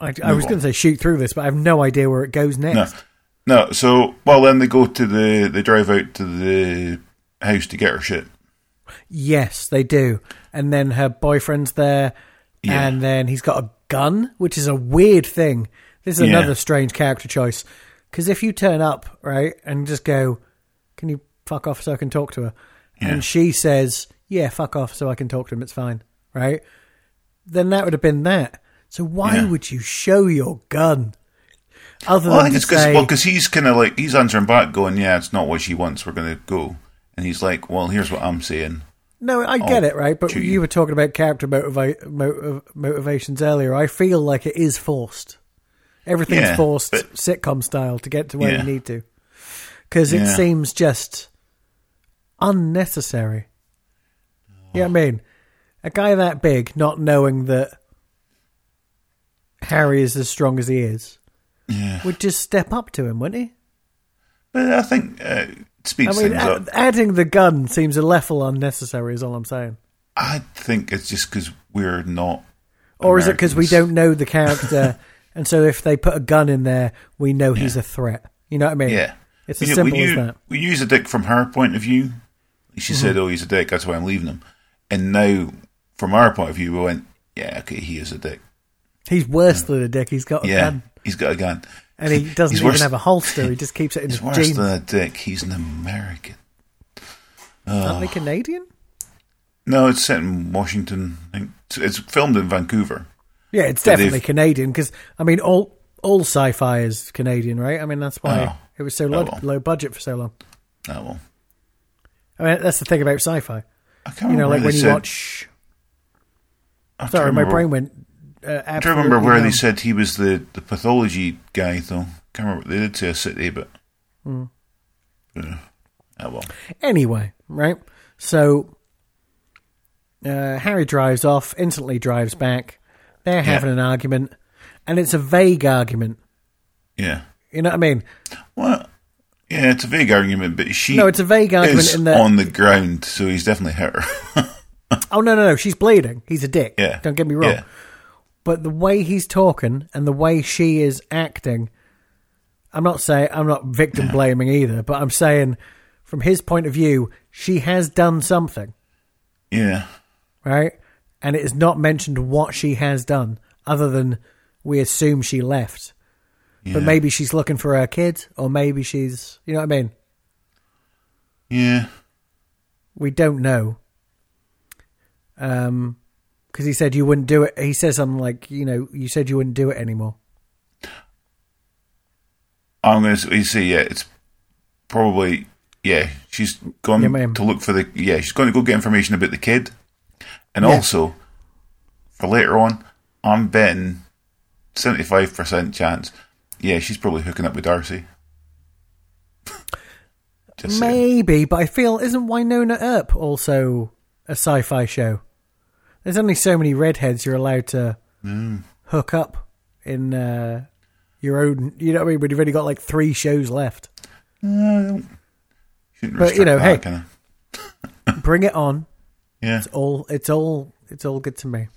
Speaker 1: I, I
Speaker 2: Move
Speaker 1: was
Speaker 2: on.
Speaker 1: going to say shoot through this, but I have no idea where it goes
Speaker 2: No,
Speaker 1: next.
Speaker 2: no. So, well, then they go to the they drive out to the house to get her shit.
Speaker 1: Yes, they do. And then her boyfriend's there,
Speaker 2: Yeah.
Speaker 1: and then he's got a gun, which is a weird thing. This is
Speaker 2: Yeah.
Speaker 1: another strange character choice. Because if you turn up, right, and just go, Can you fuck off so I can talk to her?
Speaker 2: Yeah.
Speaker 1: And she says, Yeah, fuck off so I can talk to him, it's fine, right? Then that would have been that. So why
Speaker 2: Yeah.
Speaker 1: would you show your gun? Other
Speaker 2: Well, I
Speaker 1: than
Speaker 2: think
Speaker 1: to
Speaker 2: it's because
Speaker 1: say,
Speaker 2: he's kind of like he's answering back, going, "Yeah, it's not what she wants. We're going to go." And he's like, "Well, here's what I'm saying."
Speaker 1: No, I get it, right? But
Speaker 2: gee.
Speaker 1: you were talking about character motiva- motiv- motivations earlier. I feel like it is forced. Everything's
Speaker 2: Yeah,
Speaker 1: forced
Speaker 2: but-
Speaker 1: sitcom style to get to where
Speaker 2: Yeah.
Speaker 1: you need to. Because it
Speaker 2: Yeah.
Speaker 1: seems just unnecessary. You know what I mean? A guy that big, not knowing that Harry is as strong as he is,
Speaker 2: Yeah,
Speaker 1: would just step up to him, wouldn't he?
Speaker 2: but I think uh, it
Speaker 1: I
Speaker 2: speeds
Speaker 1: mean,
Speaker 2: things
Speaker 1: add,
Speaker 2: up.
Speaker 1: adding the gun seems a level unnecessary, is all I'm saying.
Speaker 2: I think it's just because we're not.
Speaker 1: Or is it because we
Speaker 2: Americans.
Speaker 1: don't know the character, and so if they put a gun in there, we know he's a threat? You know what I mean?
Speaker 2: Yeah,
Speaker 1: It's
Speaker 2: We
Speaker 1: as
Speaker 2: u-
Speaker 1: simple
Speaker 2: we, u-
Speaker 1: as that. Mm-hmm.
Speaker 2: We use a dick from her point of view. She said, "Oh, he's a dick. That's why I'm leaving him." And now, from our point of view, we went, "Yeah, okay, he is a dick.
Speaker 1: He's worse than a dick. He's got a
Speaker 2: Yeah,
Speaker 1: gun,
Speaker 2: he's got a gun.
Speaker 1: and he doesn't
Speaker 2: He's
Speaker 1: even
Speaker 2: worse-
Speaker 1: have a holster. He just keeps it in his
Speaker 2: He's worse
Speaker 1: jeans.
Speaker 2: than a dick. He's an American." uh,
Speaker 1: Aren't they Canadian?
Speaker 2: No, it's set in Washington. I think. It's, it's filmed in Vancouver.
Speaker 1: Yeah, it's
Speaker 2: So they've-
Speaker 1: definitely Canadian because I mean, all all sci-fi is Canadian, right? I mean, that's why
Speaker 2: Oh.
Speaker 1: it was so low,
Speaker 2: well.
Speaker 1: low budget for so long.
Speaker 2: Oh well,
Speaker 1: I mean, that's the thing about sci-fi.
Speaker 2: I can't
Speaker 1: You know,
Speaker 2: remember
Speaker 1: like
Speaker 2: where
Speaker 1: when
Speaker 2: they
Speaker 1: you
Speaker 2: said-
Speaker 1: watch.
Speaker 2: I can't
Speaker 1: Sorry, my
Speaker 2: remember-
Speaker 1: brain went. Uh,
Speaker 2: I don't remember where they
Speaker 1: absolutely
Speaker 2: said he was the, the pathology guy though. Can't remember. They did say a city, but
Speaker 1: Mm.
Speaker 2: Yeah. oh well.
Speaker 1: Anyway, right? So uh, Harry drives off, instantly drives back. They're having an argument, and it's a vague argument.
Speaker 2: Yeah.
Speaker 1: You know what I mean?
Speaker 2: Well, yeah, it's a vague argument, but she
Speaker 1: No, it's a vague argument
Speaker 2: is
Speaker 1: in that.
Speaker 2: on the ground, so he's definitely hit her.
Speaker 1: Oh no, no, no! She's bleeding. He's a dick.
Speaker 2: yeah,
Speaker 1: Don't get me wrong.
Speaker 2: Yeah.
Speaker 1: But the way he's talking and the way she is acting, I'm not saying I'm not victim blaming either, but I'm saying from his point of view, she has done something.
Speaker 2: yeah.
Speaker 1: right? And it is not mentioned what she has done, other than we assume she left. But maybe she's looking for her kid, or maybe she's, you know what I mean?
Speaker 2: Yeah.
Speaker 1: We don't know. Um, because he said you wouldn't do it. He says something like, you know, you said you wouldn't do it anymore.
Speaker 2: I'm gonna say, say yeah, it's probably yeah. She's gone
Speaker 1: Yeah, ma'am.
Speaker 2: to look for the yeah. She's going to go get information about the kid, and
Speaker 1: Yeah.
Speaker 2: also for later on, I'm betting seventy five percent chance. Yeah, she's probably hooking up with Darcy. Just saying.
Speaker 1: Maybe, but I feel isn't Winona Earp also a sci-fi show? There's only so many redheads you're allowed to
Speaker 2: Mm.
Speaker 1: hook up in uh, your own. You know what I mean? But you've only got like three shows left.
Speaker 2: No, Uh, I don't- shouldn't
Speaker 1: But, you
Speaker 2: restrict
Speaker 1: know,
Speaker 2: that,
Speaker 1: hey.
Speaker 2: can I?
Speaker 1: Bring it on.
Speaker 2: yeah,
Speaker 1: It's all. It's all. It's all good to me.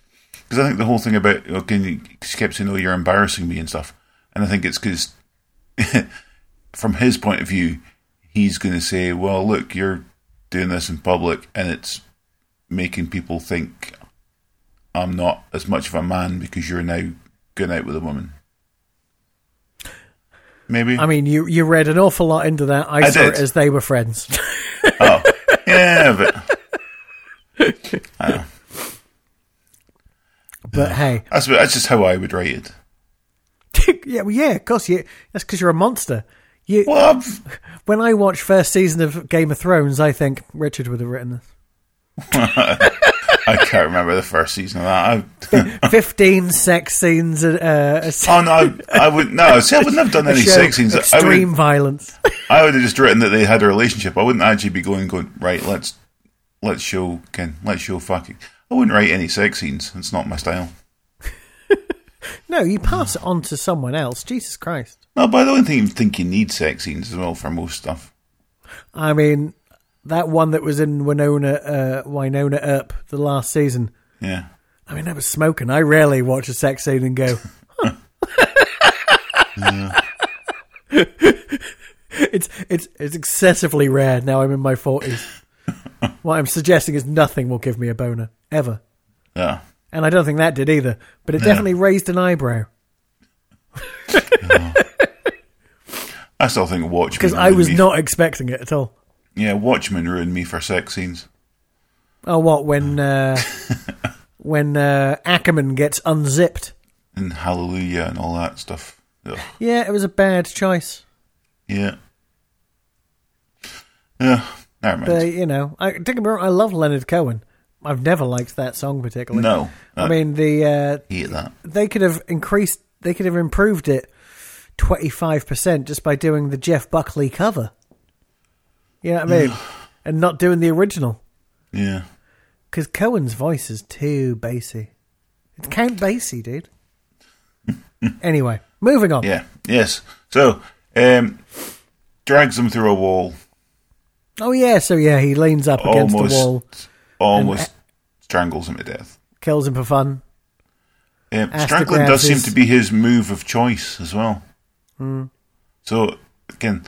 Speaker 2: because I think the whole thing about okay, you- she kept saying, "Oh, you're embarrassing me" and stuff, and I think it's because from his point of view, he's going to say, "Well, look, you're doing this in public, and it's making people think I'm not as much of a man because you're now going out with a woman." maybe.
Speaker 1: I mean, you you read an awful lot into that. I,
Speaker 2: I
Speaker 1: saw
Speaker 2: did.
Speaker 1: it as they were friends.
Speaker 2: oh, yeah, but
Speaker 1: but hey,
Speaker 2: that's that's just how I would rate it.
Speaker 1: yeah, well, yeah, of course you. That's because you're a monster. You
Speaker 2: Well, I've-
Speaker 1: when I watch first season of Game of Thrones, I think Richard would have written this.
Speaker 2: I can't remember the first season of that. I,
Speaker 1: Fifteen sex scenes. Uh, a
Speaker 2: oh no, I wouldn't. No, see, I wouldn't have done any
Speaker 1: show
Speaker 2: sex scenes. I
Speaker 1: Extreme
Speaker 2: would,
Speaker 1: violence.
Speaker 2: I would have just written that they had a relationship. I wouldn't actually be going, going right. Let's let's show Ken. Let's show fucking. I wouldn't write any sex scenes. It's not my style.
Speaker 1: No, you pass it on to someone else. Jesus Christ.
Speaker 2: No, but I don't think, think you need sex scenes as well for most stuff.
Speaker 1: I mean, that one that was in Winona, uh, Winona Earp, the last season.
Speaker 2: Yeah.
Speaker 1: I mean, that was smoking. I rarely watch a sex scene and go. huh. it's it's it's excessively rare. Now I'm in my forties. what I'm suggesting is nothing will give me a boner ever,
Speaker 2: Yeah.
Speaker 1: and I don't think that did either. But it definitely raised an eyebrow
Speaker 2: I still think Watchmen.
Speaker 1: because I
Speaker 2: ruined
Speaker 1: was
Speaker 2: me-
Speaker 1: not expecting it at all.
Speaker 2: Yeah, Watchmen ruined me for sex scenes.
Speaker 1: Oh, what when uh, when uh, Ackerman gets unzipped?
Speaker 2: and Hallelujah and all that stuff. Ugh.
Speaker 1: Yeah, it was a bad choice.
Speaker 2: Yeah. Yeah. Never mind.
Speaker 1: But you know, I don't get me wrong, I love Leonard Cohen. I've never liked that song particularly.
Speaker 2: no. I,
Speaker 1: I mean the uh,
Speaker 2: hate that.
Speaker 1: they could have increased, they could have improved it twenty five percent just by doing the Jeff Buckley cover. You know what I mean? and not doing the original
Speaker 2: Yeah.
Speaker 1: because Cohen's voice is too bassy. It's Count Basie, dude. anyway, moving on.
Speaker 2: Yeah. Yes. So, um, drags him through a wall.
Speaker 1: Oh yeah, so yeah, he leans up against
Speaker 2: almost.
Speaker 1: the wall,
Speaker 2: Almost strangles him to death.
Speaker 1: kills him for fun.
Speaker 2: Um,
Speaker 1: Asta
Speaker 2: strangling does
Speaker 1: grabs
Speaker 2: seem
Speaker 1: his-
Speaker 2: to be his move of choice as well.
Speaker 1: Hmm.
Speaker 2: So again,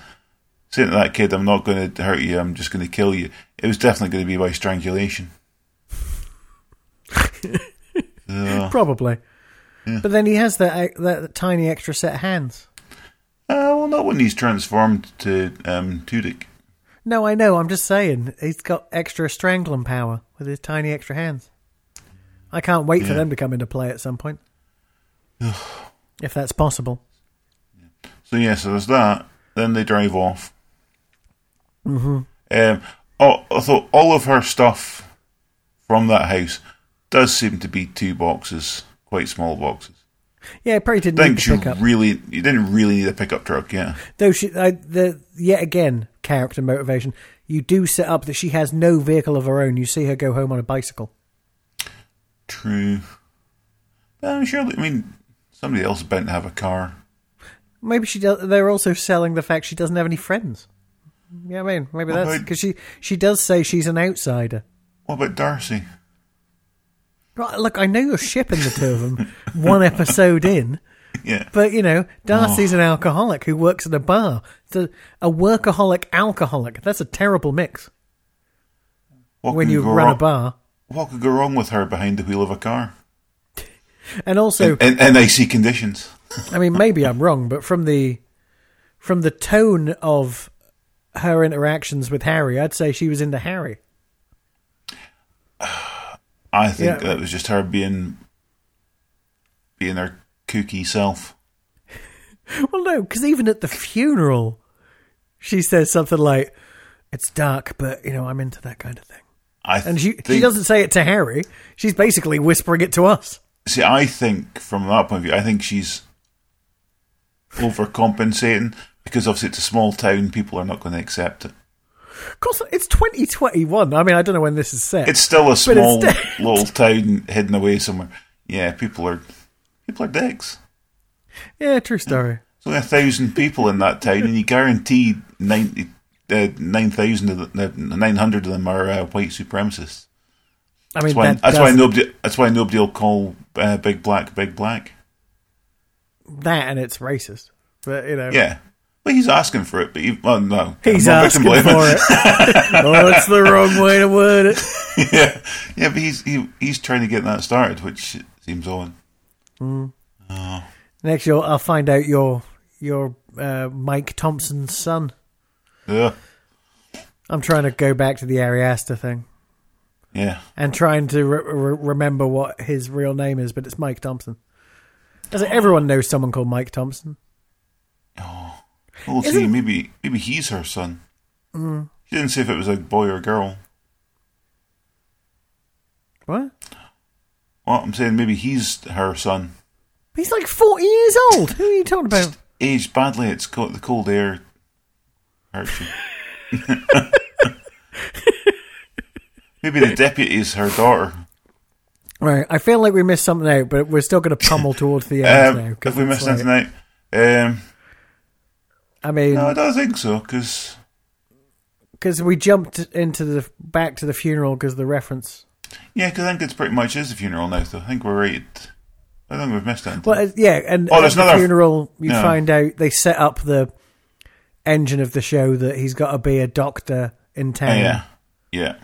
Speaker 2: saying to that kid, "I'm not going to hurt you. I'm just going to kill you." It was definitely going to be by strangulation. So, uh,
Speaker 1: Probably. But then he has that, uh, that tiny extra set of hands.
Speaker 2: uh, well, not when he's transformed to um, Tudyk.
Speaker 1: No, I know. I'm just saying he's got extra strangling power with his tiny extra hands. I can't wait for
Speaker 2: Yeah.
Speaker 1: them to come into play at some point, if that's possible.
Speaker 2: So yeah, so there's that. Then they drive off. Mm-hmm. Um, al- although all of her stuff from that house does seem to be two boxes, quite small boxes.
Speaker 1: Yeah, probably didn't need
Speaker 2: think
Speaker 1: to
Speaker 2: you
Speaker 1: pick up.
Speaker 2: really you didn't really need a pickup truck, yeah.
Speaker 1: Though she, I, the yet again character motivation. You do set up that she has no vehicle of her own. You see her go home on a bicycle.
Speaker 2: True. But I'm sure. I mean, somebody else is bound to have a car.
Speaker 1: Maybe she. Does, they're also selling the fact she doesn't have any friends. Yeah, I mean, maybe that's
Speaker 2: Right.
Speaker 1: because she she does say she's an outsider.
Speaker 2: What about Darcy?
Speaker 1: Right, look, I know you're shipping the two of them one episode in,
Speaker 2: Yeah,
Speaker 1: but you know, Darcy's an alcoholic who works at a bar. It's a, a workaholic alcoholic. That's a terrible mix
Speaker 2: what
Speaker 1: when
Speaker 2: could
Speaker 1: you
Speaker 2: go
Speaker 1: run
Speaker 2: wrong,
Speaker 1: a bar.
Speaker 2: What could go wrong with her behind the wheel of a car?
Speaker 1: And also,
Speaker 2: And in, in icy conditions.
Speaker 1: I mean, maybe I'm wrong, but from the from the tone of her interactions with Harry, I'd say she was into Harry.
Speaker 2: I think
Speaker 1: Yeah.
Speaker 2: that was just her being being her kooky self.
Speaker 1: Well, no, because even at the funeral, she says something like, "It's dark, but you know, I'm into that kind of thing."
Speaker 2: I
Speaker 1: And she
Speaker 2: think,
Speaker 1: she doesn't say it to Harry. She's basically whispering it to us.
Speaker 2: see. I think from that point of view, I think she's overcompensating because obviously it's a small town. People are not going to accept it.
Speaker 1: Of course, it's 2021. I mean, I don't know when this is set.
Speaker 2: It's still a small
Speaker 1: it's-
Speaker 2: little town hidden away somewhere. Yeah, people are people are dicks.
Speaker 1: yeah, true story.
Speaker 2: There's only a thousand people in that town, and you guarantee ninety uh, nine thousand of the nine hundred of them are uh, white supremacists.
Speaker 1: I mean,
Speaker 2: That's why,
Speaker 1: that
Speaker 2: that's why
Speaker 1: does-
Speaker 2: nobody that's why nobody will call uh, big black big black.
Speaker 1: that and it's racist. But you know,
Speaker 2: Yeah, well he's asking for it, but he, well no,
Speaker 1: he's
Speaker 2: I'm not
Speaker 1: asking
Speaker 2: victim
Speaker 1: for
Speaker 2: blaming.
Speaker 1: it. oh, it's the wrong way to word it.
Speaker 2: yeah, yeah, but he's he, he's trying to get that started, which seems odd.
Speaker 1: Next, you'll I'll find out your your uh, Mike Thompson's son.
Speaker 2: Yeah.
Speaker 1: I'm trying to go back to the Ariaster thing
Speaker 2: Yeah.
Speaker 1: and trying to re- re- remember what his real name is, but it's Mike Thompson. As in, everyone knows someone called Mike Thompson.
Speaker 2: Well, we'll
Speaker 1: Isn't- Mm.
Speaker 2: see, maybe maybe he's her son. She didn't say if it was a boy or girl.
Speaker 1: What?
Speaker 2: Well, I'm saying maybe he's her son.
Speaker 1: He's like 40 years old. Who are you talking about?
Speaker 2: Aged badly, it's caught the cold air. Hurts you. maybe the deputy is her daughter.
Speaker 1: Right. I feel like we missed something out, but we're still going to pummel towards the end now.
Speaker 2: Um,
Speaker 1: 'cause
Speaker 2: if we
Speaker 1: it's
Speaker 2: missed
Speaker 1: like-
Speaker 2: anything out, um,
Speaker 1: I mean,
Speaker 2: no, I don't think so. Because
Speaker 1: because we jumped into the back to the funeral because the reference.
Speaker 2: yeah, 'cause I think it's pretty much is the funeral now. So I think we're right. I don't think we've missed anything.
Speaker 1: Well, uh, yeah, and
Speaker 2: Oh,
Speaker 1: at
Speaker 2: there's
Speaker 1: the
Speaker 2: another-
Speaker 1: funeral, you
Speaker 2: No.
Speaker 1: find out they set up the engine of the show that he's got to be a doctor in town,
Speaker 2: Oh, yeah, yeah,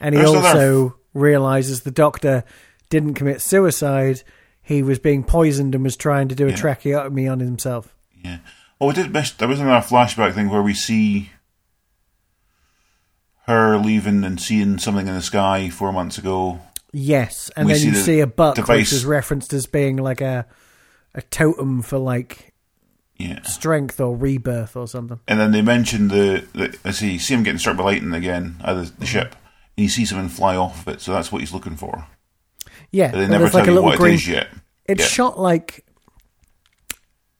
Speaker 1: and he
Speaker 2: There's
Speaker 1: also
Speaker 2: another-
Speaker 1: realizes the doctor didn't commit suicide; he was being poisoned and was trying to do a tracheotomy on himself.
Speaker 2: yeah. Oh, we did miss. There was another flashback thing where we see her leaving and seeing something in the sky four months ago.
Speaker 1: Yes, and
Speaker 2: We
Speaker 1: then
Speaker 2: see
Speaker 1: you
Speaker 2: the
Speaker 1: see a buck,
Speaker 2: device-
Speaker 1: which is referenced as being like a a totem for like
Speaker 2: Yeah,
Speaker 1: strength or rebirth or something.
Speaker 2: and then they mentioned the, the I see see him getting struck by lightning again at the, the ship, and he sees something fly off of it. So that's what he's looking for.
Speaker 1: Yeah,
Speaker 2: But they
Speaker 1: and
Speaker 2: never
Speaker 1: there's
Speaker 2: tell
Speaker 1: like a
Speaker 2: you
Speaker 1: little
Speaker 2: what
Speaker 1: green
Speaker 2: it is yet.
Speaker 1: It's
Speaker 2: Yeah.
Speaker 1: shot like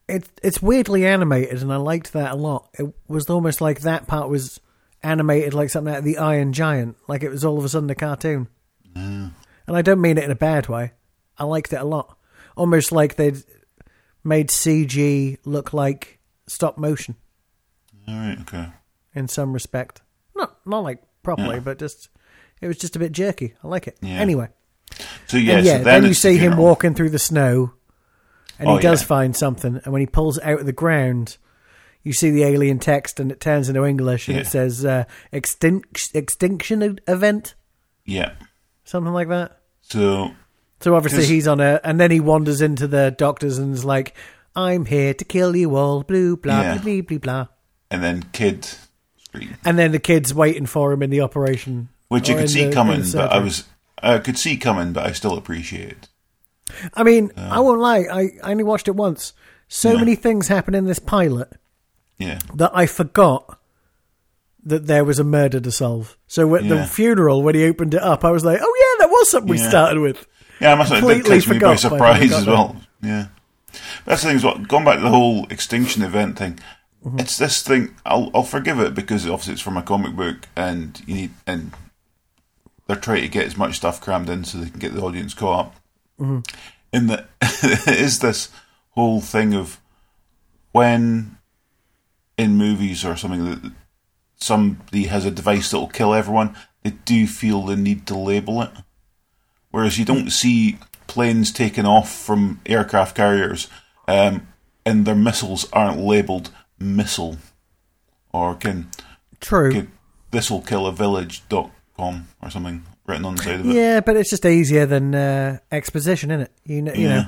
Speaker 1: it's it's weirdly animated, and I liked that a lot. It was almost like that part was animated like something out of the Iron Giant, like it was all of a sudden a cartoon. And I don't mean it in a bad way. I liked it a lot, almost like they'd made CG look like stop motion
Speaker 2: All right. Okay.
Speaker 1: in some respect. Not not like properly, but just it was just a bit jerky. I like it.
Speaker 2: Yeah.
Speaker 1: Anyway,
Speaker 2: So yeah,
Speaker 1: and yeah,
Speaker 2: so then,
Speaker 1: then, you
Speaker 2: it's the
Speaker 1: see him
Speaker 2: funeral.
Speaker 1: walking through the snow, and
Speaker 2: Oh,
Speaker 1: he does
Speaker 2: yeah.
Speaker 1: find something. And when he pulls it out of the ground, you see the alien text, and it turns into English, and it
Speaker 2: Yeah.
Speaker 1: says uh, extinct extinction e- event,
Speaker 2: Yeah.
Speaker 1: something like that.
Speaker 2: So
Speaker 1: So obviously
Speaker 2: 'Cause-
Speaker 1: he's on a, and then he wanders into the doctors and is like, "I'm here to kill you all," blue blah
Speaker 2: Yeah.
Speaker 1: blah blah blah blah.
Speaker 2: and then kid scream,
Speaker 1: And then the kid's waiting for him in the operation,
Speaker 2: which you
Speaker 1: or
Speaker 2: could
Speaker 1: in
Speaker 2: see
Speaker 1: Oh, the- in
Speaker 2: coming,
Speaker 1: the
Speaker 2: but I
Speaker 1: surgery.
Speaker 2: was I could see coming, but I still appreciate it.
Speaker 1: I mean, I won't lie. I, I only watched it once. So many things happen in this pilot
Speaker 2: Yeah,
Speaker 1: that I forgot that there was a murder to solve. So at
Speaker 2: Yeah.
Speaker 1: the funeral, when he opened it up, I was like, "Oh yeah, that was something we
Speaker 2: Yeah.
Speaker 1: started with."
Speaker 2: yeah, I must have it did
Speaker 1: Completely
Speaker 2: catch me by
Speaker 1: forgot by the time I
Speaker 2: surprise
Speaker 1: got
Speaker 2: as well. Yeah, that's the thing. Is what going back to the whole extinction event thing.
Speaker 1: Mm-hmm.
Speaker 2: It's this thing. I'll I'll forgive it because obviously it's from a comic book, and you need and they're trying to get as much stuff crammed in so they can get the audience caught up.
Speaker 1: Mm-hmm.
Speaker 2: In that, it is this whole thing of when in movies or something that somebody has a device that will kill everyone, they do feel the need to label it. Whereas you don't see planes taking off from aircraft carriers um, and their missiles aren't labeled missile or can,
Speaker 1: True.
Speaker 2: can this will kill a village.com or something written on the side of it.
Speaker 1: Yeah, but it's just easier than uh, exposition, isn't it? You know, you know.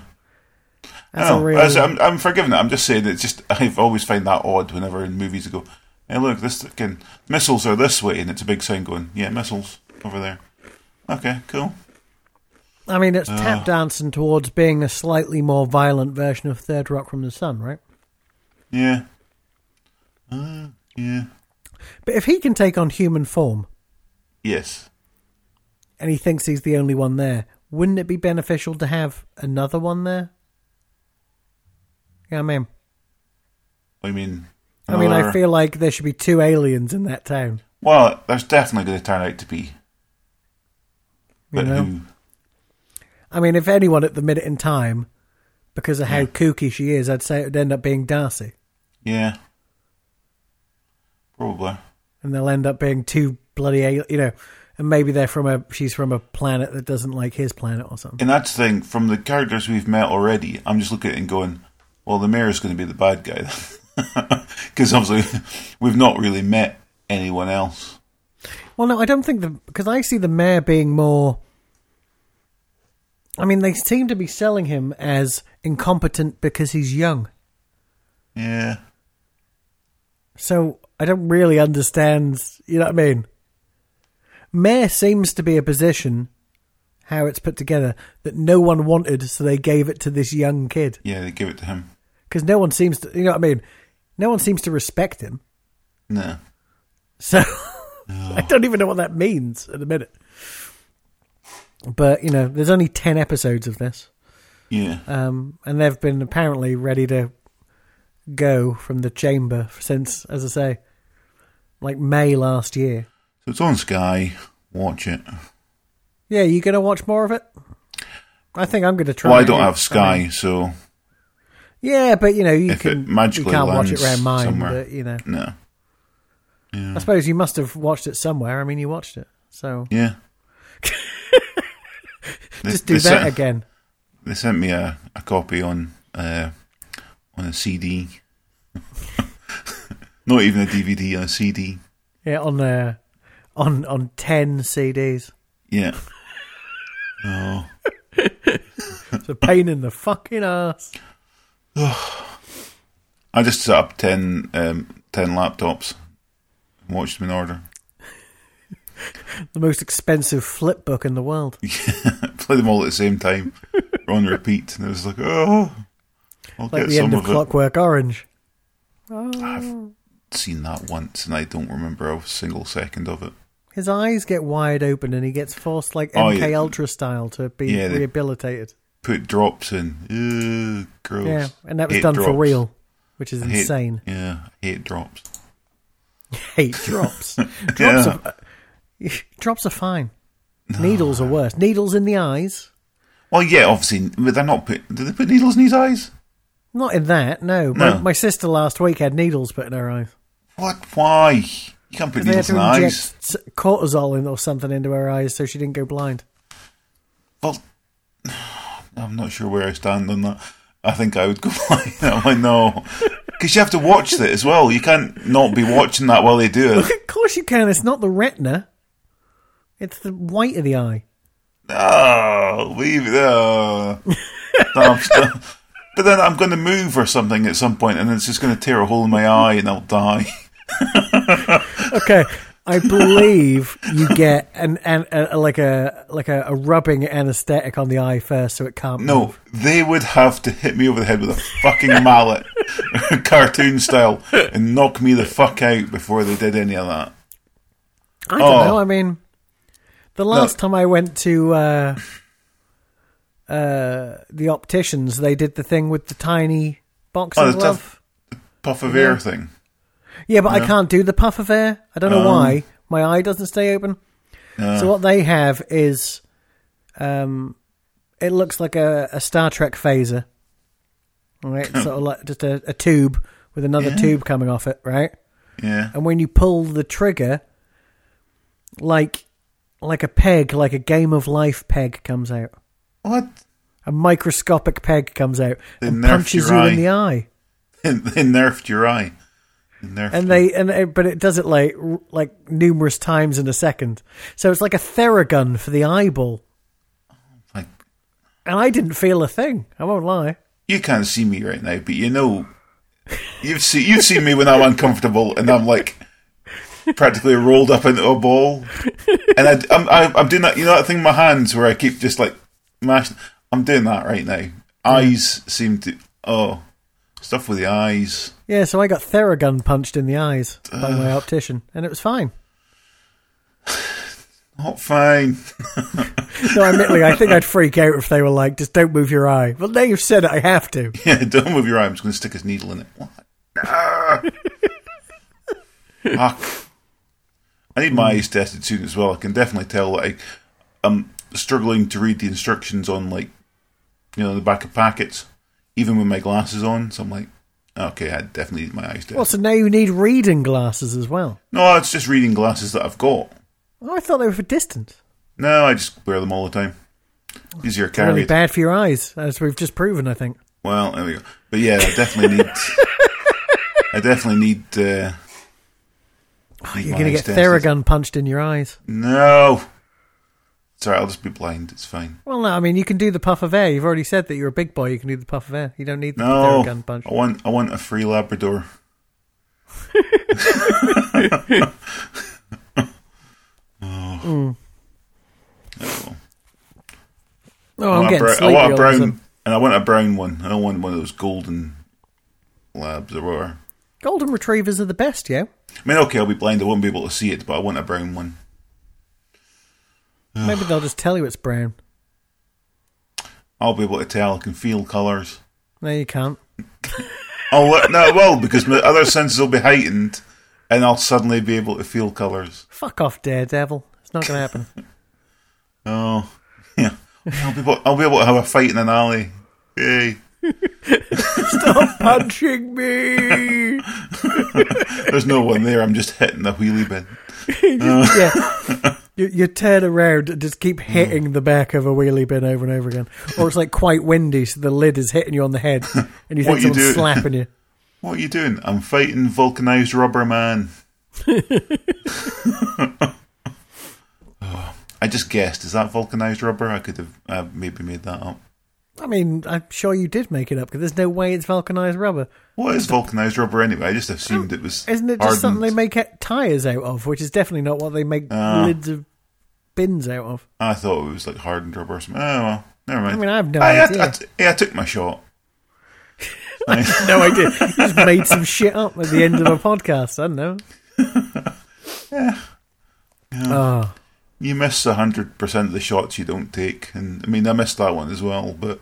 Speaker 2: I
Speaker 1: That's a
Speaker 2: know.
Speaker 1: real-
Speaker 2: Oh, That's- um, I'm, I'm forgiving it. I'm just saying it's just I've always find that odd whenever in movies they go, "Hey, look, this can missiles are this way," and it's a big sign going, "Yeah, missiles over there." Okay, cool.
Speaker 1: I mean,
Speaker 2: uh.
Speaker 1: it's tap dancing towards being a slightly more violent version of Third Rock from the Sun, right?
Speaker 2: Yeah, uh, yeah,
Speaker 1: But if he can take on human form
Speaker 2: yes,
Speaker 1: and he thinks he's the only one there, wouldn't it be beneficial to have another one there? Yeah, I mean,
Speaker 2: I mean,
Speaker 1: I mean, I
Speaker 2: another-
Speaker 1: feel like there should be two aliens in that town.
Speaker 2: well, there's definitely going to turn out to be,
Speaker 1: You
Speaker 2: but
Speaker 1: know?
Speaker 2: who?
Speaker 1: I mean, if anyone at the minute in time, because of how kooky she is, I'd say it would end up being Darcy,
Speaker 2: Yeah, probably.
Speaker 1: and they'll end up being two bloody, al- you know, and maybe they're from a she's from a planet that doesn't like his planet or something.
Speaker 2: And that's the thing from the characters we've met already. I'm just looking at it and going, well, the mayor's going to be the bad guy, because obviously we've not really met anyone else.
Speaker 1: Well, no, I don't think the because I see the mayor being more. I mean, they seem to be selling him as incompetent because he's young.
Speaker 2: Yeah,
Speaker 1: So I don't really understand. You know what I mean? Mayor seems to be a position, how it's put together, that no one wanted, so they gave it to this young kid
Speaker 2: Yeah, they give it to him.
Speaker 1: because no one seems to. You know what I mean? No one seems to respect him.
Speaker 2: No.
Speaker 1: So I don't even know what that means at the minute. But you know, there's only ten episodes of this.
Speaker 2: Yeah.
Speaker 1: um, and they've been apparently ready to go from the chamber since, as I say, like May last year.
Speaker 2: So it's on Sky. Watch it.
Speaker 1: Yeah, you gonna watch more of it? I think I'm gonna try.
Speaker 2: Well, I don't
Speaker 1: it.
Speaker 2: have Sky, so
Speaker 1: Yeah, but you know you
Speaker 2: If it
Speaker 1: can you
Speaker 2: magically
Speaker 1: can't watch it
Speaker 2: lands
Speaker 1: around mine.
Speaker 2: somewhere.
Speaker 1: But you know,
Speaker 2: no.
Speaker 1: I suppose you must have watched it somewhere. I mean, you watched it, so
Speaker 2: Yeah. They-
Speaker 1: just do
Speaker 2: they
Speaker 1: that
Speaker 2: sent,
Speaker 1: again.
Speaker 2: They sent me a, a copy on uh, on a CD. Not even a DVD, on a CD.
Speaker 1: Yeah, on uh, on on ten CDs.
Speaker 2: Yeah. Oh.
Speaker 1: It's a pain in the fucking ass.
Speaker 2: I just set up 10, um, 10 laptops and watched them in order.
Speaker 1: The most expensive flip book in the world.
Speaker 2: Play them all at the same time on repeat. And it was like, oh, I'll
Speaker 1: Like
Speaker 2: get
Speaker 1: the
Speaker 2: some
Speaker 1: end of,
Speaker 2: of,
Speaker 1: Clockwork Orange.
Speaker 2: it. Seen that once and I don't remember a single second of it.
Speaker 1: His eyes get wide open and he gets forced, like
Speaker 2: Oh,
Speaker 1: MK
Speaker 2: yeah.
Speaker 1: Ultra style, to be
Speaker 2: Yeah, they-
Speaker 1: rehabilitated.
Speaker 2: Put drops in. Ugh, gross.
Speaker 1: Yeah, and that was
Speaker 2: Hate
Speaker 1: done for
Speaker 2: drops.
Speaker 1: real, which is
Speaker 2: I hate-
Speaker 1: insane.
Speaker 2: Yeah, I hate drops.
Speaker 1: Hate drops. drops,
Speaker 2: Yeah.
Speaker 1: are, drops are fine. Needles are worse. Needles in the eyes.
Speaker 2: Well, yeah, obviously, but they're not put. Did they put needles in his eyes?
Speaker 1: Not in that, no.
Speaker 2: No.
Speaker 1: My, my sister last week had needles put in her eyes.
Speaker 2: What? Why? You can't put
Speaker 1: They had
Speaker 2: needles
Speaker 1: to
Speaker 2: in the
Speaker 1: inject
Speaker 2: eyes.
Speaker 1: s- cortisol in or something into her eyes so she didn't go blind.
Speaker 2: Well, I'm not sure where I stand on that. I think I would go blind. I'm like, no, because you have to watch it as well. You can't not be watching that while they do it.
Speaker 1: of course you can. It's not the retina, it's the white of the eye.
Speaker 2: No, Ah, leave it. No. No, I'm still- but then I'm going to move or something at some point, and it's just going to tear a hole in my eye, and I'll die.
Speaker 1: Okay, I believe you get an, an a, like a like a, a rubbing anesthetic on the eye first, so it can't.
Speaker 2: No, they would have to hit me over the head with a fucking mallet, cartoon style, and knock me the fuck out before they did any of that.
Speaker 1: I don't
Speaker 2: oh.
Speaker 1: know. I mean, the last time I went to uh, uh, the opticians, they did the thing with the tiny boxing
Speaker 2: Oh, the
Speaker 1: glove.
Speaker 2: tough- Puff of air thing.
Speaker 1: Yeah, but I can't do the puff of air. I don't know
Speaker 2: Um. Uh.
Speaker 1: why. My eye doesn't stay open. So what they have is, um, it looks like a, a Star Trek phaser, right? It's sort of like just a, a tube with another tube coming off it, right?
Speaker 2: Yeah.
Speaker 1: And when you pull the trigger, like like a peg, like a game of life peg comes out,
Speaker 2: What?
Speaker 1: a microscopic peg comes out and
Speaker 2: nerfed
Speaker 1: punches you
Speaker 2: your
Speaker 1: in
Speaker 2: eye.
Speaker 1: the eye.
Speaker 2: they nerfed your eye. They nerfed
Speaker 1: and
Speaker 2: it.
Speaker 1: they and it, but it does it like r- like numerous times in a second. So it's like a theragun for the eyeball.
Speaker 2: Like,
Speaker 1: And I didn't feel a thing. I won't lie.
Speaker 2: you can't see me right now, but you know, you've seen you've seen me when I'm uncomfortable and I'm like practically rolled up into a ball, and I, I'm I, I'm doing that. You know that thing in my hands where I keep just like mashing. I'm doing that right now. Eyes seem to oh stuff with the eyes.
Speaker 1: Yeah, so I got theragun punched in the eyes by my optician, and it was fine.
Speaker 2: Not fine.
Speaker 1: No, admittedly, I think I'd freak out if they were like, "Just don't move your eye." Well, now you've said it, I have to.
Speaker 2: Yeah, don't move your eye. I'm just going to stick his needle in it. What? Ah. Fuck. Ah. I need my eyes tested soon as well. I can definitely tell that I, I'm struggling to read the instructions on, like, you know, the back of packets, even with my glasses on. So I'm like, okay, I definitely need my eyes tested.
Speaker 1: Well, so now you need reading glasses as well.
Speaker 2: no, it's just reading glasses that I've got.
Speaker 1: Oh, I thought they were for distance.
Speaker 2: No, I just wear them all the time. Easier carried.
Speaker 1: Really bad for your eyes, as we've just proven. I think.
Speaker 2: Well, there we go. But yeah, I definitely need. I definitely need. Uh, need
Speaker 1: Oh, You're
Speaker 2: my
Speaker 1: going to
Speaker 2: eyes
Speaker 1: get
Speaker 2: tested.
Speaker 1: theragun punched in your eyes.
Speaker 2: No. Sorry, I'll just be blind. It's fine.
Speaker 1: Well, no, I mean you can do the puff of air. You've already said that you're a big boy. You can do the puff of air. You don't need the
Speaker 2: No.
Speaker 1: gun punch.
Speaker 2: I want. I want a free Labrador.
Speaker 1: Mm.
Speaker 2: Oh,
Speaker 1: Oh,
Speaker 2: I
Speaker 1: I'm
Speaker 2: want a
Speaker 1: getting
Speaker 2: brown- I
Speaker 1: sleepy.
Speaker 2: want a
Speaker 1: all of a
Speaker 2: brown,
Speaker 1: sudden.
Speaker 2: and I want a brown one. I don't want one of those golden labs or whatever.
Speaker 1: Golden retrievers are the best, yeah.
Speaker 2: I mean, okay, I'll be blind. I won't be able to see it, but I want a brown one.
Speaker 1: Maybe they'll just tell you it's brown.
Speaker 2: I'll be able to tell. I can feel colours.
Speaker 1: No, you can't.
Speaker 2: Oh well, no, it will because my other senses will be heightened, and I'll suddenly be able to feel colours.
Speaker 1: Fuck off, Daredevil. It's not going to happen.
Speaker 2: Oh, yeah. I'll be able. I'll be able to have a fight in an alley. Yay!
Speaker 1: Punching me.
Speaker 2: There's no one there. I'm just hitting the wheelie bin. Uh.
Speaker 1: yeah. You, you turn around and just keep hitting the back of a wheelie bin over and over again. Or it's like quite windy, so the lid is hitting you on the head and you think
Speaker 2: What you
Speaker 1: someone's
Speaker 2: do-
Speaker 1: slapping you.
Speaker 2: What are you doing? I'm fighting vulcanized rubber man. Oh, I just guessed. Is that vulcanized rubber? I could have uh, maybe made that up.
Speaker 1: I mean, I'm sure you did make it up because there's no way it's vulcanized rubber.
Speaker 2: What is vulcanized rubber anyway? I just assumed it was.
Speaker 1: Isn't it just
Speaker 2: hardened.
Speaker 1: something they make it tires out of, which is definitely not what they make
Speaker 2: Ah.
Speaker 1: lids of bins out of?
Speaker 2: I thought it was like hardened rubber or something. Oh well, never mind.
Speaker 1: I mean, I have no
Speaker 2: I, I-
Speaker 1: idea.
Speaker 2: I- yeah, I took my shot.
Speaker 1: No idea. You just made some shit up at the end of a podcast. I don't know. Oh,
Speaker 2: You miss hundred percent of the shots you don't take, and I mean, I missed that one as well. But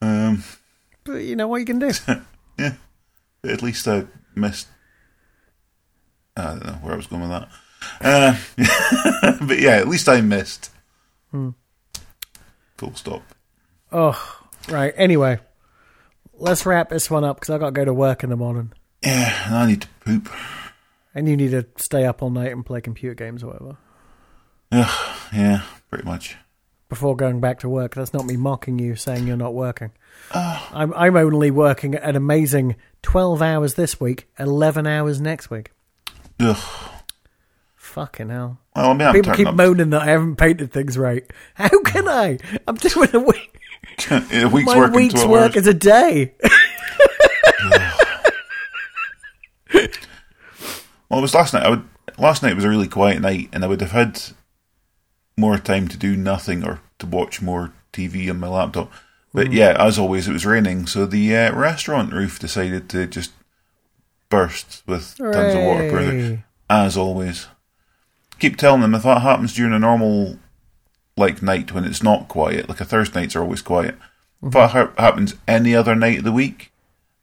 Speaker 2: um,
Speaker 1: but you know what you can do.
Speaker 2: yeah, at least I missed. I don't know where I was going with that. Uh, but yeah, at least I missed.
Speaker 1: Hmm.
Speaker 2: Full stop.
Speaker 1: Oh, right. Anyway, let's wrap this one up because I got to go to work in the morning,
Speaker 2: Yeah, and I need to poop.
Speaker 1: and you need to stay up all night and play computer games or whatever
Speaker 2: Ugh, yeah, pretty much.
Speaker 1: before going back to work. That's not me mocking you, saying you're not working. I'm I'm only working an amazing twelve hours this week, eleven hours next week.
Speaker 2: Ugh.
Speaker 1: Fucking hell.
Speaker 2: Well, I mean, I'm
Speaker 1: People
Speaker 2: turning
Speaker 1: keep
Speaker 2: up
Speaker 1: moaning that I haven't painted things right. How can I? I'm doing a week.
Speaker 2: a week's
Speaker 1: My
Speaker 2: work in
Speaker 1: week's
Speaker 2: 12
Speaker 1: work
Speaker 2: hours.
Speaker 1: is a day.
Speaker 2: Well, it was last night. I would last night was a really quiet night, and I would have had more time to do nothing or to watch more TV on my laptop. But yeah, as always, it was raining, so the uh, restaurant roof decided to just burst with tons of water pouring. through,
Speaker 1: Hooray.
Speaker 2: As always, keep telling them if that happens during a normal like night when it's not quiet, like a Thursday nights are always quiet. If that ha- happens any other night of the week,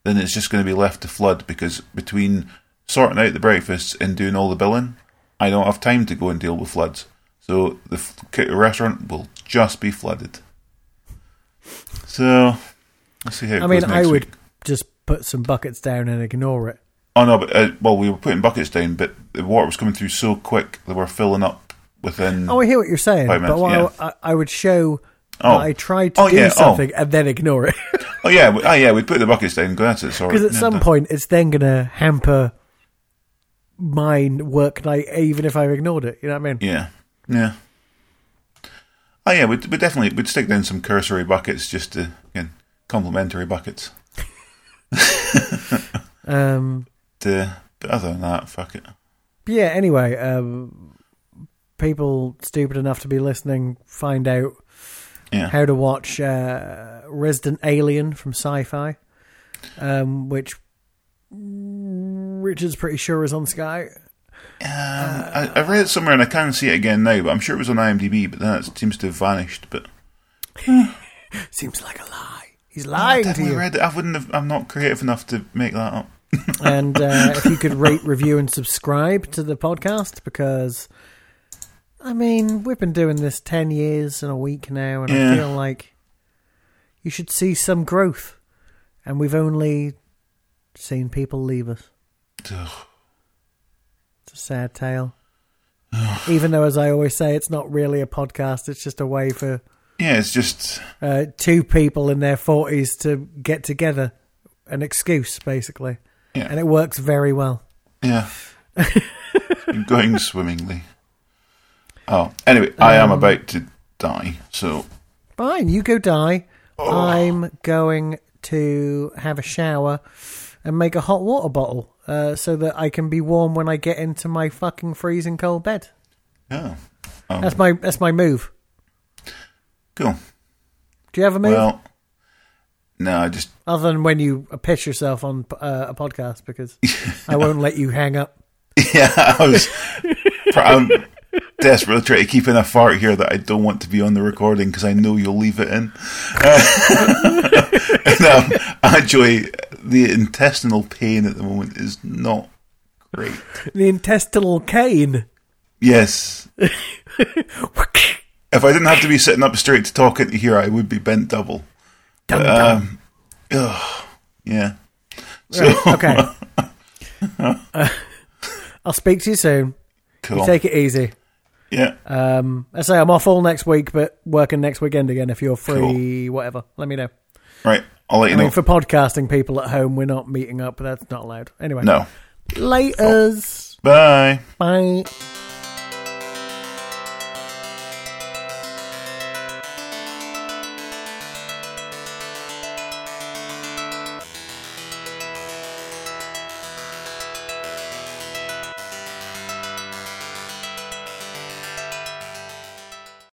Speaker 2: then it's just going to be left to flood because between sorting out the breakfasts and doing all the billing, I don't have time to go and deal with floods. So the f- k- restaurant will just be flooded. So let's see how. It
Speaker 1: I mean,
Speaker 2: goes next
Speaker 1: I would
Speaker 2: Week.
Speaker 1: just put some buckets down and ignore it.
Speaker 2: Oh no, but uh, well, we were putting buckets down, but the water was coming through so quick that we're filling up within.
Speaker 1: Oh, I hear what you're saying,
Speaker 2: Five minutes,
Speaker 1: but what I- I, I would show
Speaker 2: Oh.
Speaker 1: that I tried to
Speaker 2: Oh,
Speaker 1: do
Speaker 2: yeah, oh.
Speaker 1: something and then ignore it
Speaker 2: Oh yeah, we- oh yeah, we put the buckets down. Go at it, sorry.
Speaker 1: because at
Speaker 2: Yeah,
Speaker 1: some
Speaker 2: no.
Speaker 1: point it's then going to hamper my work night, even if I've ignored it. You know what I mean?
Speaker 2: Yeah, yeah. Oh yeah, we'd, we'd definitely we'd stick down some cursory buckets just to again, complimentary buckets.
Speaker 1: Um,
Speaker 2: To, but other than that, fuck it.
Speaker 1: yeah. Anyway, um, people stupid enough to be listening find out
Speaker 2: Yeah,
Speaker 1: how to watch uh, Resident Alien from Sci-Fi, um, which Richard's pretty sure is on Sky.
Speaker 2: Um, I, I read it somewhere and I can see it again now, but I'm sure it was on IMDb. But then it seems to have vanished. But
Speaker 1: Seems like a lie. He's lying to
Speaker 2: Oh, I
Speaker 1: you.
Speaker 2: read it. I wouldn't have. I'm not creative enough to make that up.
Speaker 1: and uh, if you could rate, review, and subscribe to the podcast because, I mean, we've been doing this 10 years and a week now, and
Speaker 2: Yeah.
Speaker 1: I feel like you should see some growth. And we've only seen people leave us.
Speaker 2: Ugh.
Speaker 1: It's a sad tale. Even though, as I always say, it's not really a podcast, it's just a way for
Speaker 2: Yeah, it's just
Speaker 1: uh, two people in their 40s to get together. An excuse, basically.
Speaker 2: Yeah.
Speaker 1: And it works very well.
Speaker 2: yeah, It's going swimmingly. Oh, anyway, I am about to die, so
Speaker 1: Fine, you go die.
Speaker 2: Oh.
Speaker 1: I'm going to have a shower and make a hot water bottle uh, so that I can be warm when I get into my fucking freezing cold bed.
Speaker 2: Oh,
Speaker 1: That's my that's my move.
Speaker 2: cool.
Speaker 1: Do you have a move
Speaker 2: Well, no, I just
Speaker 1: other than when you piss yourself on uh, a podcast? Because I won't let you hang up.
Speaker 2: yeah, I was. I'm desperately trying to keep in a fart here that I don't want to be on the recording because I know you'll leave it in. Uh, and, um, actually, the intestinal pain at the moment is not great.
Speaker 1: The intestinal cane.
Speaker 2: Yes, if I didn't have to be sitting up straight to talk into here, I would be bent double.
Speaker 1: Dum,
Speaker 2: um,
Speaker 1: dum.
Speaker 2: Ugh, yeah. So,
Speaker 1: Right, okay. Uh, I'll speak to you soon.
Speaker 2: cool.
Speaker 1: You take it easy.
Speaker 2: yeah.
Speaker 1: Um, I say I'm off all next week, but working next weekend again. If you're free, whatever, let me know.
Speaker 2: right. I'll let you
Speaker 1: I mean,
Speaker 2: know.
Speaker 1: for podcasting people at home, we're not meeting up. But that's not allowed. Anyway,
Speaker 2: no.
Speaker 1: Laters.
Speaker 2: Bye.
Speaker 1: Bye.